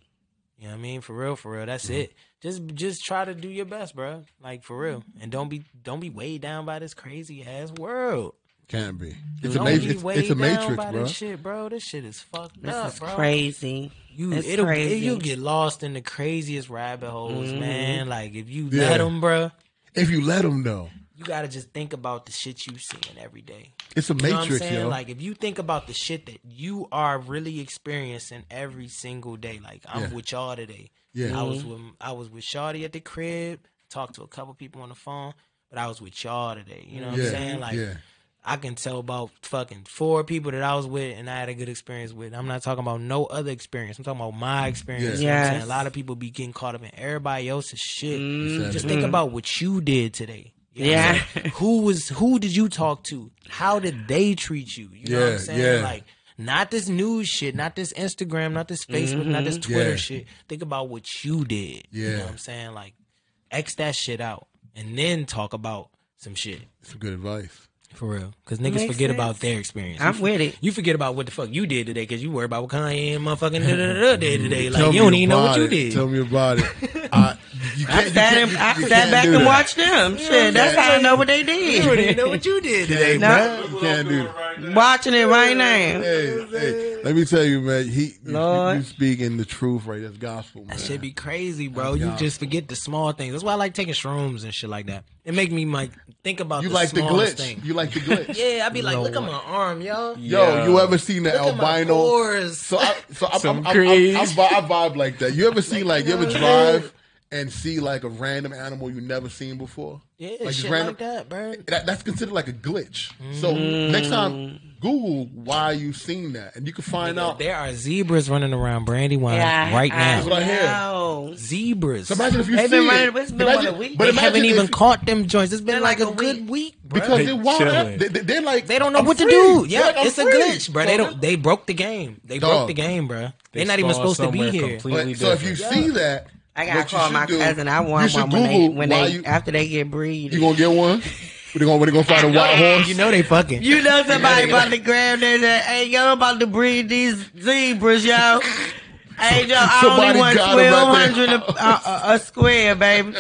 You know what I mean? For real, for real. That's it. Just just try to do your best, bruh. Like for real. And don't be don't be weighed down by this crazy ass world.
Can be. It's a
don't
matrix.
be
It's,
weighed
it's a
down
matrix,
by
bro.
this shit, bro. This shit is fucked
This
up,
is
bro.
crazy.
You
It's
it'll
crazy. Mm-hmm.
you get lost in the craziest rabbit holes, man. Like if you let 'em,
Yeah.
let them, bro,
If you let them know,
you gotta just think about the shit you seeing every day.
it's a
You know
matrix,
what I'm saying?
yo.
Like if you think about the shit that you are really experiencing every single day, like I'm
Yeah.
with y'all today.
Yeah.
I was with I was with Shawty at the crib, talked to a couple people on the phone, but I was with y'all today. You know what
yeah,
I'm saying? Like
yeah,
I can tell about fucking four people that I was with and I had a good experience with. I'm not talking about no other experience. I'm talking about my experience. You know what I'm
Yes.
saying? A lot of people be getting caught up in everybody else's shit.
Exactly.
Just think about what you did today. You know what
Mm. Yeah.
I'm saying? who was who did you talk to? How did they treat you? You know what
Yeah,
I'm saying?
yeah.
Like not this news shit, not this Instagram, not this Facebook, not this
Mm-hmm.
Twitter
Yeah.
shit. Think about what you did. You
Yeah.
know what I'm saying? Like X that shit out and then talk about some shit.
it's good advice.
For real, because niggas
Makes
forget about their experience.
I'm
You f-
with it.
You forget about what the fuck you did today because you worry about what Kanye and motherfucking da da da did
<laughs>
today. Like
Tell
you don't
me
even know
about
what you
it.
did. <laughs>
Tell me about it. I, you
I
can't, you
sat,
can't-
and,
you-
I
you
sat
can't
back
do
and
that.
watched them. Shit, that's how I know what they
you don't even
did.
know what
<laughs>
you did today.
Hey,
No.
man, you can't do that.
Right now.
<laughs> Watching it right now.
Hey, hey, let me tell you, man. He, you- you,
Lord.
you speaking the truth, right? That's gospel, man.
That shit be crazy, bro.
Yeah.
You just forget the small things. That's why I like taking shrooms and shit like that. It make me like think about
you
the
like the glitch.
smallest thing.
You like the glitch.
<laughs> yeah, I be like, look at my arm, yo.
Yo, you ever seen the
Look at my
albino?
pores.
So, I, so I'm,
Some
I'm, I'm,
crazy.
I'm, I'm, vi- I vibe like that. You ever seen like you ever drive and see like a random animal you never seen before?
yeah,
just
shit like that, bro.
that, that's considered like a glitch. So next time, Google why you seen that, and you can find out.
There are zebras running around Brandywine right now.
what I hear.
know.
zebras.
So imagine if you
They've
see
been running-
it.
it's been
Imagine-
what, a week?
But
they
imagine
haven't even
if,
caught them joints. It's been
They're
like,
like
a,
a
good
week.
week, bro.
because
They
they're wild.
chilling.
They, they, are like
they don't know
I'm
what
free.
to do.
They're
Yeah,
like, I'm
it's a
free.
glitch, bro. They
So
don't. They broke the game. They
Dog.
broke the game, bro. They're
They
not even
fall
supposed to be
somewhere
here.
completely
But, so if you
different.
see that,
I gotta
what you
call
should
my
do-
cousin. I
you
want
should
one when they
Google
when
why
they
you,
after they get breed.
you gonna get one. They gonna they gonna
<laughs>
find a white horse. <laughs>
You know they fucking.
You know somebody about to grab that and hey yo I'm about to breed these zebras, yo.
<laughs>
Hey yo, I
Somebody
only want
got 'em
twelve
out there.
hundred a, a, a- a square, baby.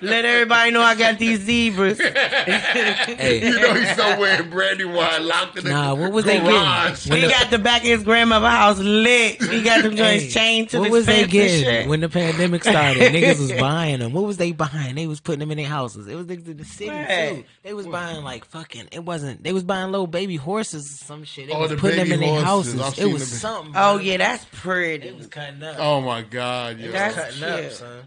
Let everybody know I got
<laughs>
these zebras.
Hey,
You know he's somewhere in Brandywine, locked in the
Nah, what was they getting?
garage.
When
He
the-
got the back of his grandmother's house lit. He got them joints
Hey,
chained to
what
the
was they
fence and
getting
shit.
when the pandemic started?
<laughs>
niggas was buying them. What was they buying? They was putting them in their houses. It was niggas in the city too.
Right.
They was buying like fucking. It wasn't. They was buying little baby horses or some shit. They
Oh,
was
the
putting them
baby
in their
horses.
houses.
I've
It
seen
was
them.
something.
Oh
bro.
yeah, that's
It
pretty.
was cutting up.
Oh my god, yo.
That's
cutting
cute.
up, son.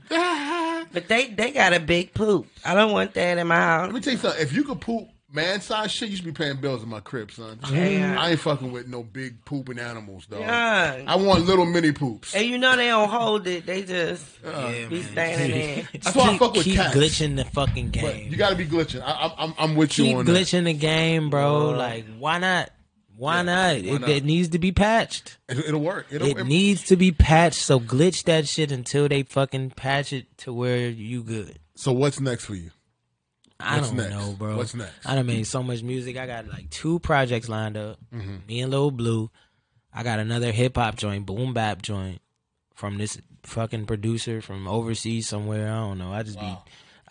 But they they got a big poop. I don't want that in my
Let
house.
me tell you something. If you could poop man sized shit, you should be paying bills in my crib, son.
Yeah.
I ain't fucking with no big pooping animals,
Oh.
dog.
Yeah.
I want little mini poops.
And you know they don't hold it. They just
Oh,
Oh,
be standing
<laughs>
there.
That's why I
Keep-
fuck with
keep
cats.
glitching the fucking
But
game.
you got to be glitching. I, I, I'm, I'm with you
keep
on
glitching the game, bro. Like, why not? Why not?
why
it,
not?
it needs to be patched.
that. It, will work. It'll,
It needs to be patched. So glitch that shit until they fucking patch it to where you good.
so what's next for you?
I
What's
don't
next?
know, bro.
What's next?
I done made so much music. I got like two projects lined up.
Mm-hmm.
Me and Lil Blue. I got another hip hop joint, boom bap joint, from this fucking producer from overseas somewhere. I don't know. I just be.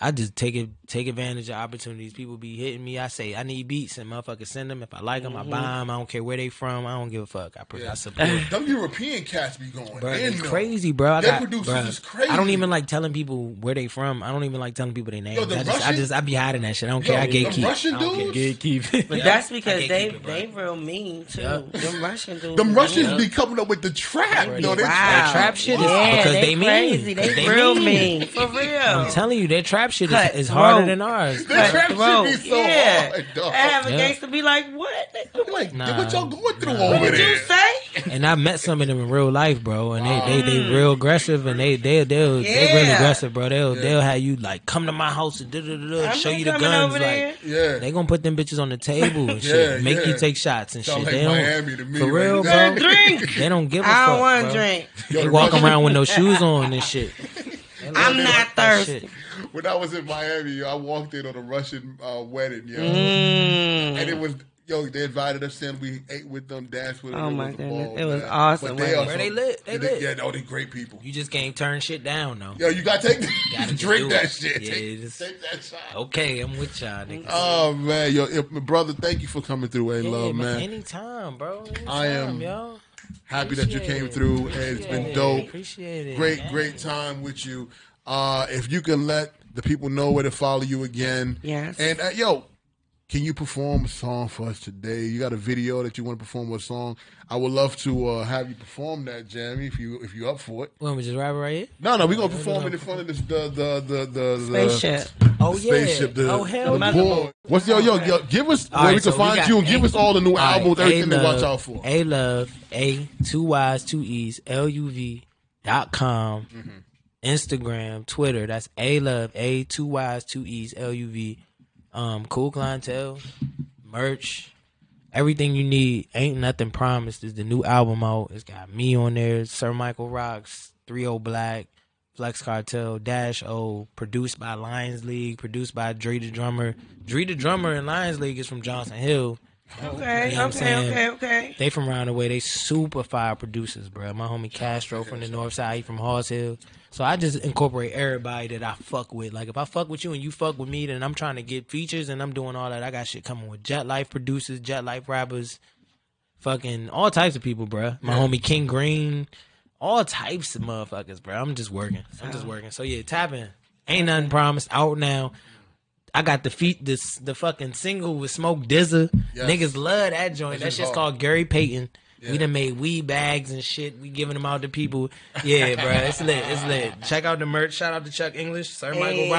I just take it, take advantage of opportunities. People be hitting me. I say I need beats, and motherfuckers send them. If I like them,
Mm-hmm.
I buy them. I don't care where they from. I don't give a fuck. I, pre- I support.
Them European cats be going
Bro,
in
it's
though.
crazy, bro. I
They
got,
producers
bruh,
is crazy.
I don't even like telling people where they from. I don't even like telling people their names.
the
I, just, I
Russian-
just, I be hiding that shit. I don't
Yo,
care. I
the
gatekeep.
Russian
I don't care.
dudes? <laughs>
Gatekeep.
But
Yeah,
that's
I
because
can't
they
keep it, bro.
they real mean too.
Yeah.
Them Russian dudes.
Them Russians
mean.
be coming up with the trap.
They
though.
be
They
wild.
trap shit is-
yeah,
because
they,
they mean.
crazy. They,
Because they
real
mean.
mean. for real.
I'm telling you, their trap shit is,
Cut
is harder
throat.
than ours.
Their trap
Bro,
shit be so
yeah.
hard, dog.
I have a
Yeah.
gangster be like, what? Nigga, What
Like,
Nah.
what y'all going through over
what did you
there?
say?
and I met some of them in real life, bro. And they they,
Mm.
they real aggressive, and they they they'll they really
Yeah.
aggressive, bro. They'll they'll have you like come to my house and da da da da,
I'm
show
just
you the
coming
guns,
over there.
like.
Yeah.
They gonna put them bitches on the table and shit,
Yeah,
make
yeah.
you take shots and
Sound
shit.
like
they don't,
Miami to me
for
right
real,
now.
bro.
Drink.
They don't give
<laughs>
a
I
fuck.
don't want to
bro.
drink.
Yo,
They
the
walk
Russians-
around with no shoes on and shit.
<laughs>
They love
I'm
that
not
shit.
thirsty.
When I was in Miami, yo, I walked in on a Russian uh, wedding, yo.
Mm.
And it was, yo, they invited us in. We ate with them, danced with them.
Oh
it
my
was a
goodness.
ball,
It was
man.
awesome,
But
wasn't it?
also-
Bro, they lit. They
yeah,
lit.
Yeah, no, they great people.
You just can't turn shit down though.
Yo, you gotta take, <laughs>
Gotta just do
drink that
it. Oh,
shit.
Yeah,
take,
just-
take that shot.
Okay, I'm with y'all, nigga.
Oh man, yo, if, brother, thank you for coming through, A
Yeah,
Love, man.
Anytime, bro. Anytime,
I am
yo.
Happy that you came
Appreciate it.
through, and it's been
Yeah,
dope.
Appreciate it.
Great,
man.
great time with you. Uh, if you can let the people know where to follow you again,
Yes.
And uh, yo, can you perform a song for us today? You got a video that you want to perform a song? I would love to uh, have you perform that, Jamie, if you if you up for it.
When we just rap right here?
No, no, we're gonna perform it in front of this, the the the the, the
Spaceship.
Oh
the
yeah.
spaceship. The,
oh hell
the
yeah.
board. What's yo yo yo? Give us where we
right,
can
so we
find
got
you and give
A-
us all the new
All right,
albums, everything to
A-Love,
watch out for.
A love a two y's two e's l u v dot com,
Mm-hmm.
Instagram, Twitter. That's a love a two y's two e's l u v. Um, cool clientele, merch, everything you need. Ain't nothing promised. Is the new album out? It's got me on there. Sir Michael Rocks, Three O Black, Flex Cartel, Dash O. Produced by Lions League. Produced by Dre the Drummer. Dre the Drummer and Lions League is from Johnson Hill.
Okay,
You know what I'm
okay,
saying?
okay, okay.
They from round the way. They super fire producers, bro. My homie Castro from the north side. He from Halls Hill. So I just incorporate everybody that I fuck with. Like if I fuck with you and you fuck with me, then I'm trying to get features and I'm doing all that. I got shit coming with Jet Life producers, Jet Life rappers, fucking all types of people, bro. My homie King Green, all types of motherfuckers, bro. I'm just working. I'm just working. So yeah, tap in. Ain't nothing promised. Out now. I got the feet this the fucking single with Smoke Dizza.
Yes.
Niggas love that joint. That
shit's
shit's
hard.
called Gary Payton. We done made weed bags and shit. We giving them out to people. Yeah, bro. It's lit. It's lit. Check out the merch. Shout out to Chuck English, Sir Michael
Hey,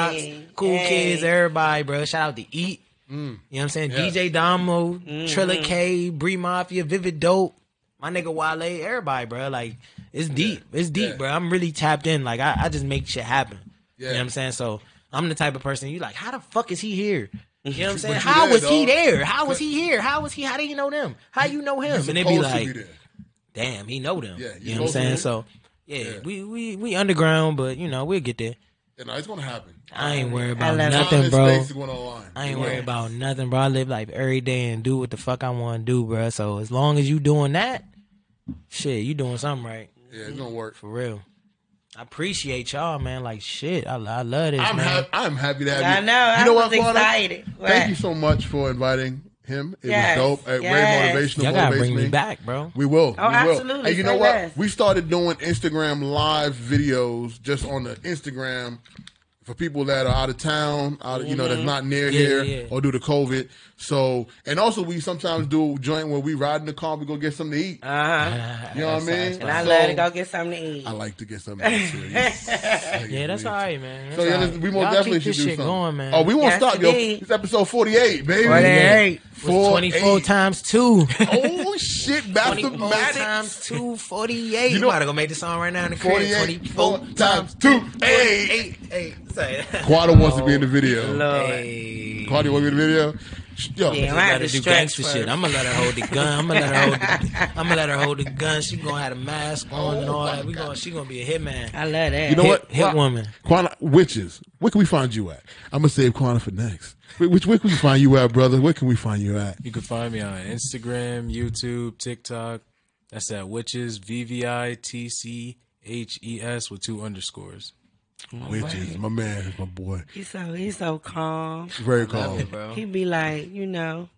Rocks, Cool
hey.
Kids, everybody, bro. Shout out to Eat.
Mm.
You know what I'm saying? DJ Domo,
Mm-hmm.
Trilla K, Bree Mafia, Vivid Dope, my nigga Wale, everybody, bro. Like, it's deep. It's deep,
Yeah.
bro. I'm really tapped in. Like, I, I just make shit happen. You know
Yeah.
what I'm saying? So, I'm the type of person you like, how the fuck is he here? You
<laughs>
know what I'm saying?
you
How
there,
was he
dog.
there? How was he here? How was he? How do you know them? How you know him? And they be
Supposed to
like,
there.
damn, he know them.
Yeah, you
you know what I'm
supposed to
saying?
be-
So, yeah, we, we, we underground, but, you know, we'll get there.
and it's gonna happen.
I ain't worried about
love it.
nothing,
Time and
bro.
space is going online.
I ain't worried about nothing, bro. I live life every day and do what the fuck I want to do, bro. So as long as you doing that, shit, you doing something right
Yeah, it's gonna work.
for real. I appreciate y'all, man. Like shit, I, I love this,
I'm
man.
happy. I'm happy to have you.
I know.
You
I
know
was
what, Quana?
excited.
Thank
What?
you so much for inviting him. It
Yes,
was dope. Uh,
yes.
Very motivational.
Y'all gotta
motivates
bring
me.
me back, bro.
We will.
Oh,
we Will.
absolutely.
And you
Say
know what?
less.
We started doing Instagram live videos just on the Instagram for people that are out of town, out of, you know, that's
Mm-hmm.
not near
Yeah,
here
yeah, yeah.
or due to COVID. So, and also we sometimes do a joint where we ride in the car, we go get something to eat.
Uh huh.
You know what I mean?
And I
Ah, So,
love to go get something to eat.
I like to get something to eat.
<laughs>
too.
Yeah, that's all right, man.
So
That's
yeah,
all
listen,
right.
we most
Y'all
definitely
keep this
should do
shit
something.
going, man.
Oh, we won't
Yes,
stop, yo.
indeed.
It's episode forty-eight, baby.
48.
was 24 times <laughs> two.
Oh shit,
24
mathematics.
times two, 48. You
know-
gotta go make the song right now in the crib.
48
24
four times two. Hey,
Hey, hey, say that.
Quada wants to be in the video.
Lord.
Hey.
Quada, you want to be in the video? Sh- Yo,
Damn, I
Let
had
her
to
do
stretch
gangster
first.
shit. I'm gonna let her hold the gun. I'm gonna let her hold. The, I'm gonna let her hold the gun. She gonna have a mask on and all
my
that. We gonna. She gonna be a hitman.
I love that.
you know
hit-
what?
hit
Quad-
woman.
Quada, witches. Where can we find you at? I'm gonna save Quada for next. Wh- Which where can we find you at, brother? Where can we find you at?
You can find me on Instagram, YouTube, TikTok. That's at witches, V V I T C H E S with two underscores.
Witches, my man, my boy.
He's so he's so calm.
He's very calm. <laughs>
He'd be like, you know,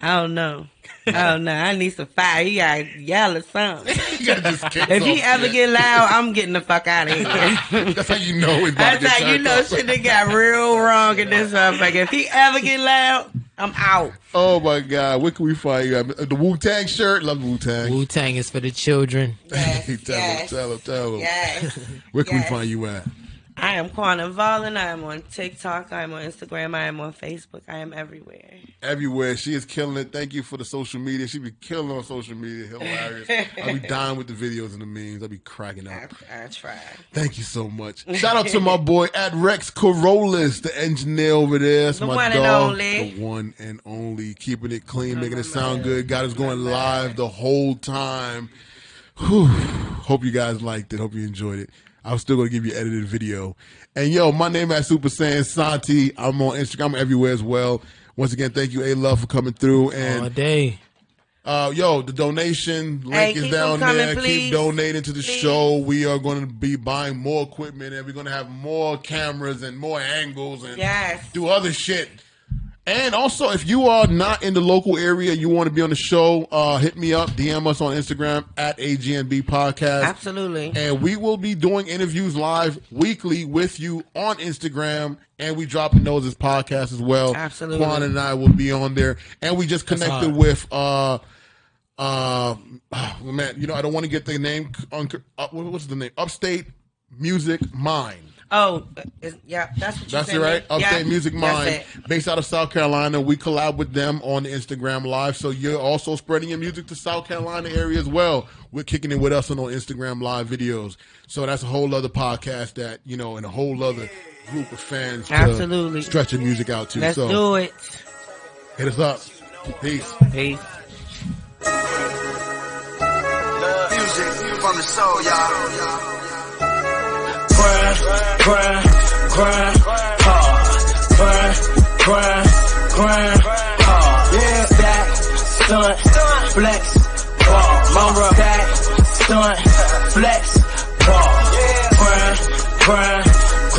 I don't know. I don't know. I need some fire. You gotta yell
<laughs>
or something. if he ever get loud, I'm getting the fuck out of
<laughs>
here.
That's how you know it's about to
That's
get
how you
turned
know
up.
shit that got real wrong in this motherfucker. If he ever get loud, I'm out.
Oh my God, where can we find you? at? The Wu Tang shirt, love Wu Tang.
Wu Tang is for the children.
<laughs> tell
yes.
him, tell him, tell him.
Yes.
Where can
yes.
we find you at?
<laughs> I am Quantum Volin. I am on TikTok. I am on Instagram. I am on Facebook. I am everywhere.
Everywhere. She is killing it. Thank you for the social media. She be killing on social media. Hilarious. I'll be
<laughs>
dying with the videos and the memes. I'll be cracking up.
I, I try.
Thank you so much. Shout out
<laughs>
to my boy at Rex Corollas, the engineer over there. That's
The
my
one and
dog.
only.
The one and only. Keeping it clean, making it sound good. Got us going live the whole time. Whew. Hope you guys liked it. Hope you enjoyed it. I'm still gonna give you edited video. And yo, my name is Super Saiyan Santi. I'm on Instagram I'm everywhere as well. Once again, thank you, A Love, for coming through.
All
And
day.
uh, yo, the donation link is
keep 'em
down
coming,
there.
please.
Keep donating to the
Please.
show. We are going to be buying more equipment, and we're going to have more cameras and more angles, and
Yes.
do other shit. And also, if you are not in the local area, you want to be on the show, uh, hit me up, DM us on Instagram at AGNB Podcast.
Absolutely.
And we will be doing interviews live weekly with you on Instagram, and we dropping those as podcasts as well.
Absolutely.
Quan and I will be on there, and we just connected
hard.
with uh, uh, <sighs> man, you know I don't want to get the name on uh, what- what's the name? Upstate Music Mind.
Oh, is, yeah, that's what you
That's
said.
it, right? Upstate
yeah.
Music
That's
Mind,
it.
based out of South Carolina. We collab with them on Instagram Live, so you're also spreading your music to South Carolina area as well. We're kicking it with us on our Instagram Live videos, so that's a whole other podcast that you know, and a whole other group of fans. to
Absolutely.
stretch your music out to.
Let's
so
do it.
hit us up. Peace.
Peace.
Music from the soul, y'all. Grind, grind, grind, hard. Grind, grind, grind, hard. Yeah, back, stunt, flex, ball. Mama, back, stunt, flex, ball. Grind, grind,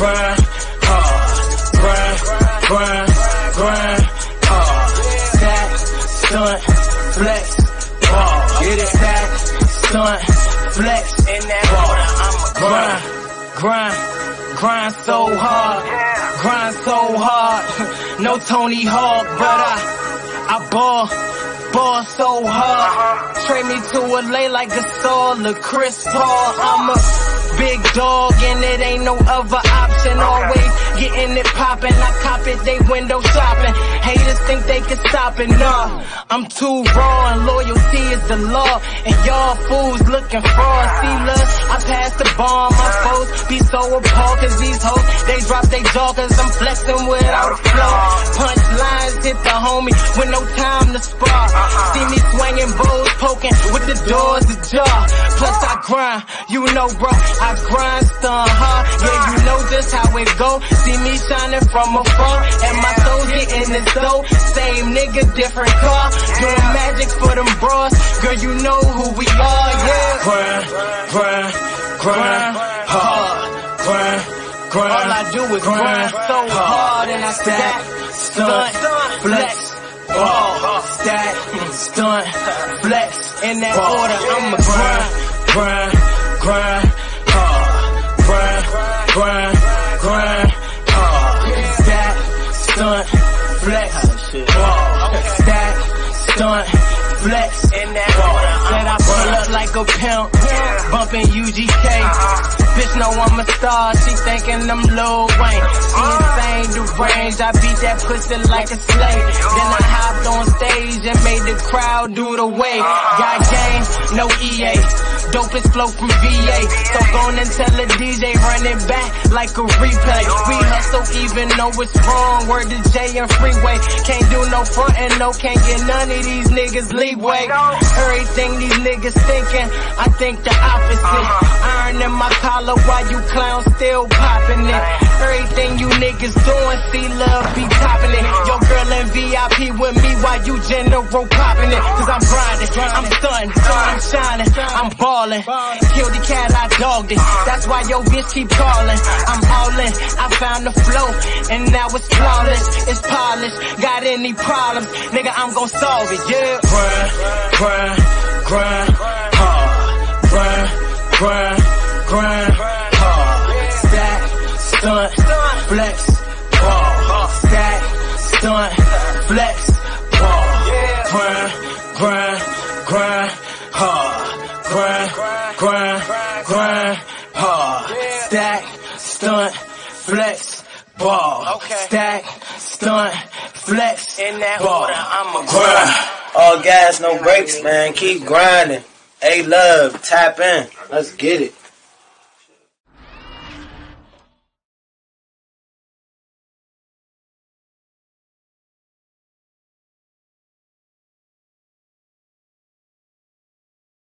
grind, hard. Grind, grind, grind, hard. Back, stunt, flex, ball. Get it back, stunt, flex, in that water. I'm a grind, grind, grind so hard, grind so hard. <laughs> No Tony Hawk, but I, I ball, ball so hard. Trade me to a lay like a Saul or Chris Paul. I'm a big dog and it ain't no other option. Always getting it poppin', I cop it, they window shopping. Haters think they can stop it, nah. I'm too raw and loyalty is the law. And y'all fools looking fraud. See, look, I pass the bomb. My foes be so appalled cause these hoes, they drop they jaw cause I'm flexing without a flaw. Punch lines hit the homie with no time to spar. See me swinging bows, poking with the doors ajar. Plus I grind, you know bro, I grind stun hard. Yeah, you know just how it go. See me shining from afar and my soul getting it so. Same nigga, different car. Doing magic for them bras. Girl, you know who we are, yeah. grind, grind, grind hard. Grind, grind.
All I do is grind so hard and I stack, stunt, flex, ball,
stack, stunt, flex.
in that
Ball.
order. I'm a
grind,
grind.
grind, grind hard. Grind, grind, grind hard. Stack, stunt, flex, ball. Stack, stunt, flex.
In that order, said I pull up like a pimp, bumping UGK. Bitch know I'm a star, she thinking I'm Lil Wayne. She insane, the range, I beat that pussy like a slave. Then I hopped on stage and made the crowd do the wave. Got game, no E EA. Dopest flow from VA. So gon' and tell the DJ run it back like a replay. We hustle even though it's wrong. Word to J and Freeway. Can't do no front and no, can't get none of these niggas leeway. Everything these niggas thinking, I think the opposite. Iron in my collar while you clowns still popping it.
Everything you niggas doing, see love be topping it. Your girl in VIP with me while you general popping it. Cause I'm grinding, I'm stunting, I'm shining, I'm balling. Kill the cat, I dogged it. That's why your bitch keep calling. I'm all in, I found the flow, and now it's flawless, it's polished. Got any problems, nigga, I'm gon' solve it, yeah.
Grind, grind, grind hard. Grind, grind, grind hard. Stack, stunt, flex, ball. Stack, stunt, flex, ball. Grind, grind, grind hard. Grind, grind, grind hard. Stack, stunt, flex, ball. Stack, stunt, flex,
In that
ball.
order, I'ma
grind.
All gas, no breaks, man. Keep grinding. A love, tap in. Let's get it.